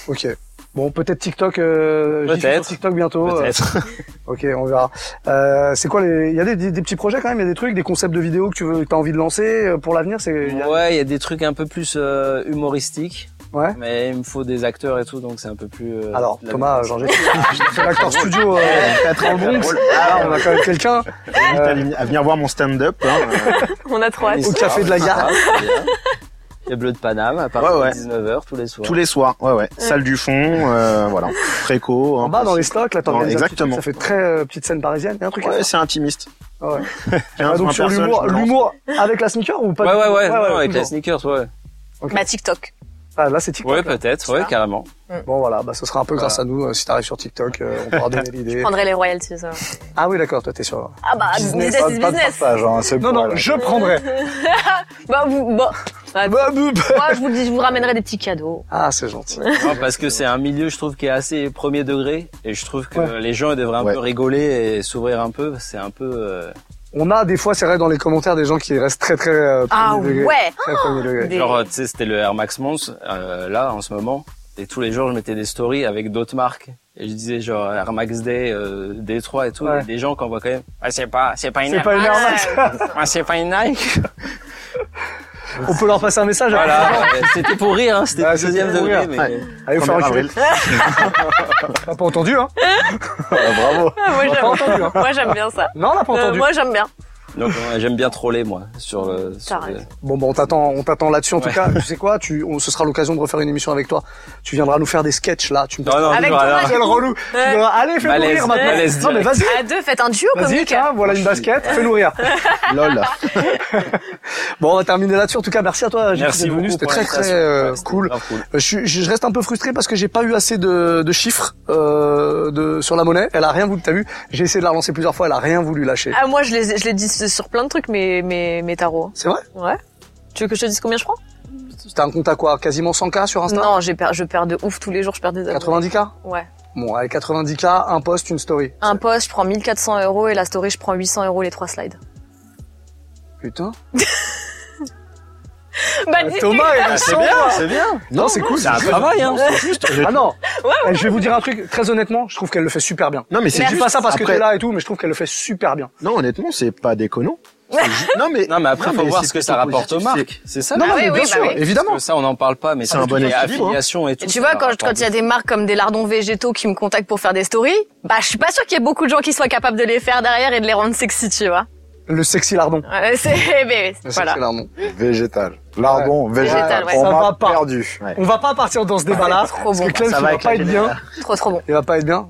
C: Ok. Bon, peut-être TikTok. Euh, j'y suis
H: Peut-être.
C: sur TikTok bientôt. euh,
H: Peut-être.
C: ok, on verra. Euh, c'est quoi les Il y a des, des, des petits projets quand même. Il y a des trucs, des concepts de vidéos que tu veux, que as envie de lancer euh, pour l'avenir. C'est. il y a-
H: Ouais, il y a des trucs un peu plus euh, humoristiques,
C: Ouais.
H: mais il me faut des acteurs et tout, donc c'est un peu plus. euh,
C: Alors,
H: la-
C: Thomas, Jean-Jacques, c'est l'acteur studio euh, dans le Bronx. Là, on a quand même quelqu'un
G: J'invite à venir- à venir voir mon stand-up. hein, euh,
D: On a trop hâte.
C: au café de la gare.
H: Ah, Les Bleus de Paname à partir
G: Ouais, ouais.
H: de 19h tous les soirs.
G: Tous les soirs, ouais, ouais. Salle du fond, euh, voilà. Préco.
C: En
G: hein.
C: bas, dans les stocks, là, t'organises un petit
G: Exactement.
C: truc, Ça fait très euh, petite scène parisienne. Il y a un truc. à
G: Ouais,
C: faire.
G: c'est intimiste.
C: Ouais.
G: J'ai
C: Ah,
G: un
C: donc sur l'humour, l'humour avec la sneaker ou pas
H: Ouais,
C: du
H: ouais,
C: tout
H: ouais, non, avec
C: toujours.
H: la sneakers, ouais.
D: Bah, TikTok.
C: Ah, là, c'est TikTok.
H: Ouais,
C: là.
H: peut-être,
D: ça.
H: ouais, carrément.
C: Bon, voilà, bah, ce sera un peu grâce à
H: Voilà.
C: nous. euh, si t'arrives sur TikTok, euh, on pourra donner l'idée.
D: Je prendrais les royalties. ouais.
C: Ah oui, d'accord, toi, t'es sûr.
D: Ah bah, business,
E: Business,
D: is
E: pas, pas de
D: business.
E: partage, hein, c'est
C: Non,
E: pour
C: non,
E: elle.
C: je prendrai.
D: Bah, vous, bah, bah,
C: Bah, boup.
D: moi, je vous, dis, je vous ramènerai des petits cadeaux.
C: Ah, c'est gentil.
H: Non, parce que c'est un milieu, je trouve, qui est assez premier degré. Et je trouve que
C: Ouais.
H: les gens ils devraient un
G: Ouais.
H: peu rigoler et s'ouvrir un peu. C'est un peu... euh,
C: On a des fois, c'est vrai, dans les commentaires, des gens qui restent très, très euh, premier
D: Ah
C: degré.
D: ouais
C: Très premier degré.
D: Des-
H: Genre, euh, tu sais, c'était le Air Max Mons, euh, là, en ce moment. Et tous les jours, je mettais des stories avec d'autres marques. Et je disais, genre, Air Max Day, euh, D3 et tout.
C: Ouais.
H: Et des gens qu'on voit quand même. Ah, c'est pas, c'est pas une
C: C'est
H: Air
C: pas une Air
H: Max. Ah, c'est pas une Nike.
D: Ah.
C: On peut leur passer un message.
H: Voilà. Euh, c'était pour rire, hein. C'était
C: Ah,
H: le
C: c'était
H: deuxième
C: pour
H: degré.
C: rire.
H: Mais...
G: Ouais.
C: Allez, vous faire
G: 1er
C: enculer.
G: avril.
C: T'as pas entendu, hein
E: Ah, bravo.
D: Ah, Moi,
C: On a pas entendu, hein
D: moi, j'aime bien ça.
C: Non, on n'a pas
D: Euh,
C: entendu.
D: moi, j'aime bien.
H: Donc, euh, j'aime bien troller, moi, sur le, sur
D: T'as
H: le-
D: raison.
C: Bon, bah, on t'attend, on t'attend là-dessus. En tout
H: Ouais.
C: cas, tu sais quoi, tu, on, ce sera l'occasion de refaire une émission avec toi. Tu viendras nous faire des sketchs, là. Tu me
H: Non, non,
D: Avec
H: toujours,
D: ton
H: alors.
D: âge.
C: Quel relou.
D: Ouais.
C: Tu diras, Allez, fais-nous
H: Malaise,
C: rire maintenant.
H: malaise
C: non, mais
H: direct.
C: vas-y.
D: À deux, faites un duo
C: Vas-y,
D: comique.
C: tiens, voilà une basket, fais-nous rire.
G: Lol.
C: Ah, Bon, on va terminer là-dessus. En tout cas, merci à toi, Gilles,
H: Merci
C: d'être venu.
H: beaucoup.
C: C'était
H: pour
C: très, très
H: l'invitation.
C: euh,
H: Ouais, c'était
C: cool.
H: grave cool.
C: Je, suis- je reste un peu frustré parce que j'ai pas eu assez de, de chiffres euh, de, sur la monnaie. Elle a rien voulu. T'as vu J'ai essayé de la relancer plusieurs fois. Elle a rien voulu lâcher.
D: Ah, moi, je les, je les dis sur plein de trucs, mes, mes, mes tarots.
C: C'est vrai
D: Ouais. Tu veux que je te dise combien je prends
C: T'as un compte à quoi Quasiment 100K sur Insta
D: Non, j'ai per- je perds de ouf tous les jours, je perds des abonnés.
C: 90K
D: Ouais.
C: Bon, avec 90K, un post, une story.
D: Un post, je prends 1400 euros et la story, je prends 800 euros les trois slides.
C: Putain.
D: Bah,
C: Euh,
D: dis
C: Thomas, il est
G: Ah, C'est
C: sans
G: bien,
C: moi.
G: c'est bien.
C: Non, c'est cool.
G: C'est un
C: juste-
G: travail, hein.
C: C'est juste. Ah non. Eh, Je vais vous dire un truc. Très honnêtement, je trouve qu'elle le fait super bien.
G: Non, mais c'est
C: Je dis
G: juste
C: pas ça parce que
G: après-
C: t'es là et tout, mais je trouve qu'elle le fait super bien.
G: Non, honnêtement, c'est pas déconnant. C'est ju- Non, mais
H: Non, mais après, faut
G: mais
H: voir
G: c'est
H: ce que
G: plutôt
H: ça rapporte aux
G: positif,
H: marques. C'est ça.
C: Non,
H: la-
C: non,
D: oui,
C: mais bien
D: oui, bah
C: sûr,
D: oui.
C: évidemment.
H: Parce que ça, on n'en parle pas, mais
G: C'est un bon
H: les
G: équilibre, hein.
H: affiliations et tout.
D: Tu vois,
H: ça
D: quand je-
H: rapporte
D: quand il y a des marques comme des lardons végétaux qui me contactent pour faire des stories, bah, je suis pas sûre qu'il y ait beaucoup de gens qui soient capables de les faire derrière et de les rendre sexy, tu vois.
C: Le sexy lardon.
D: Ouais, c'est, mais
C: Le
D: voilà.
C: sexy lardon.
E: Végétal. Lardon, végétal.
D: Végétal, ouais.
E: On
C: Ça va
E: m'a
C: pas.
E: perdu.
G: Ouais.
C: On va pas partir dans ce débat-là.
D: trop
C: Parce
D: bon.
C: que Clem,
G: Ça
C: ça
G: va
C: va
G: avec
C: pas
G: la
C: être
G: génération.
C: bien.
D: Trop, trop bon.
C: Il va pas être bien.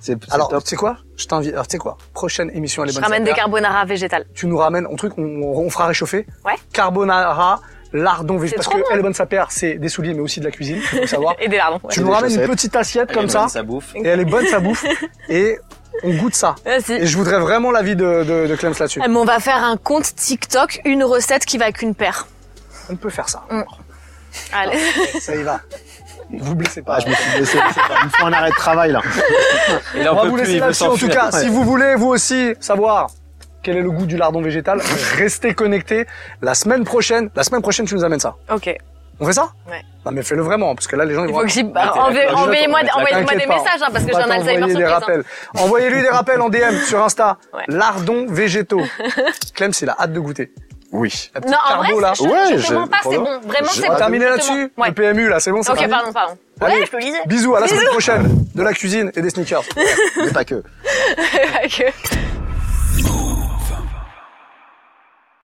G: C'est c'est
C: Alors,
G: top.
C: tu sais quoi Je t'invite. Alors, tu sais quoi Prochaine émission, elle est
D: Je
C: bonne.
D: ramène des
C: Sabrina.
D: carbonara végétales.
C: Tu nous ramènes un truc, on, on- on fera réchauffer.
D: Ouais.
C: Carbonara, lardon végé.
D: C'est
C: Parce
D: trop
C: que
D: bon.
C: elle est bonne sa paire, c'est des souliers, mais aussi de la cuisine, faut savoir.
D: Et des lardons. ouais.
C: Ah. tu
G: Et
C: nous
G: des
C: ramènes une
G: chaussettes.
C: petite assiette
H: Elle
C: comme
H: est
C: ça,
H: bonne, Ça bouffe.
C: et elle est bonne, ça bouffe, et on goûte ça.
D: Vas-y.
C: Et je voudrais vraiment l'avis de, de, de Clems là-dessus.
D: Ah, mais on va faire un compte TikTok, une recette qui va qu'une paire.
C: On peut faire ça.
D: Allez.
C: Ça y va. Vous blessez pas.
G: Ah, je me suis blessé. Il me faut un arrêt de travail, là.
H: Il en
C: On va
H: peut
C: vous
H: plus,
C: laisser
H: il veut
C: là-dessus. En tout
H: s'enfuir.
C: cas, si vous voulez, vous aussi, savoir quel est le goût du lardon végétal, restez connectés. La semaine prochaine, la semaine prochaine, tu nous amènes ça.
D: Ok.
C: On fait ça
D: Ouais.
C: Non, mais fais-le vraiment, parce que là, les gens, ils
D: Il
C: vont Ah,
D: faut que j'y.
H: la
D: bah,
H: clé,
D: envoyez-
H: la clé,
D: Envoyez-moi
H: la clé,
D: envoyez-moi des
C: T'inquiète pas,
D: messages, hein, parce
C: on
D: que j'ai
C: va
D: un Alzheimer
C: t'envoyer des
D: surprise. hein.
C: rappels. Envoyez-lui des rappels en DM sur Insta.
D: Ouais.
C: Lardon végétaux. Clem, il a hâte de goûter.
E: Oui.
C: La petite
D: Non, en vrai,
C: carbo, là.
D: je,
E: Ouais,
D: je te
E: j'ai-
D: mens pas, c'est bon. Vraiment,
C: On
D: c'est
E: j'ai- on va
D: bon.
C: va terminer
D: Je te mens.
C: là-dessus.
D: Ouais.
C: Le PMU, là, c'est bon, c'est
D: Ok,
C: parti.
D: pardon, pardon.
C: Allez.
D: Ouais, je le lisais.
C: Bisous, à la
D: Bisous.
C: semaine prochaine. De la cuisine et des sneakers.
G: Mais pas que.
D: Ok.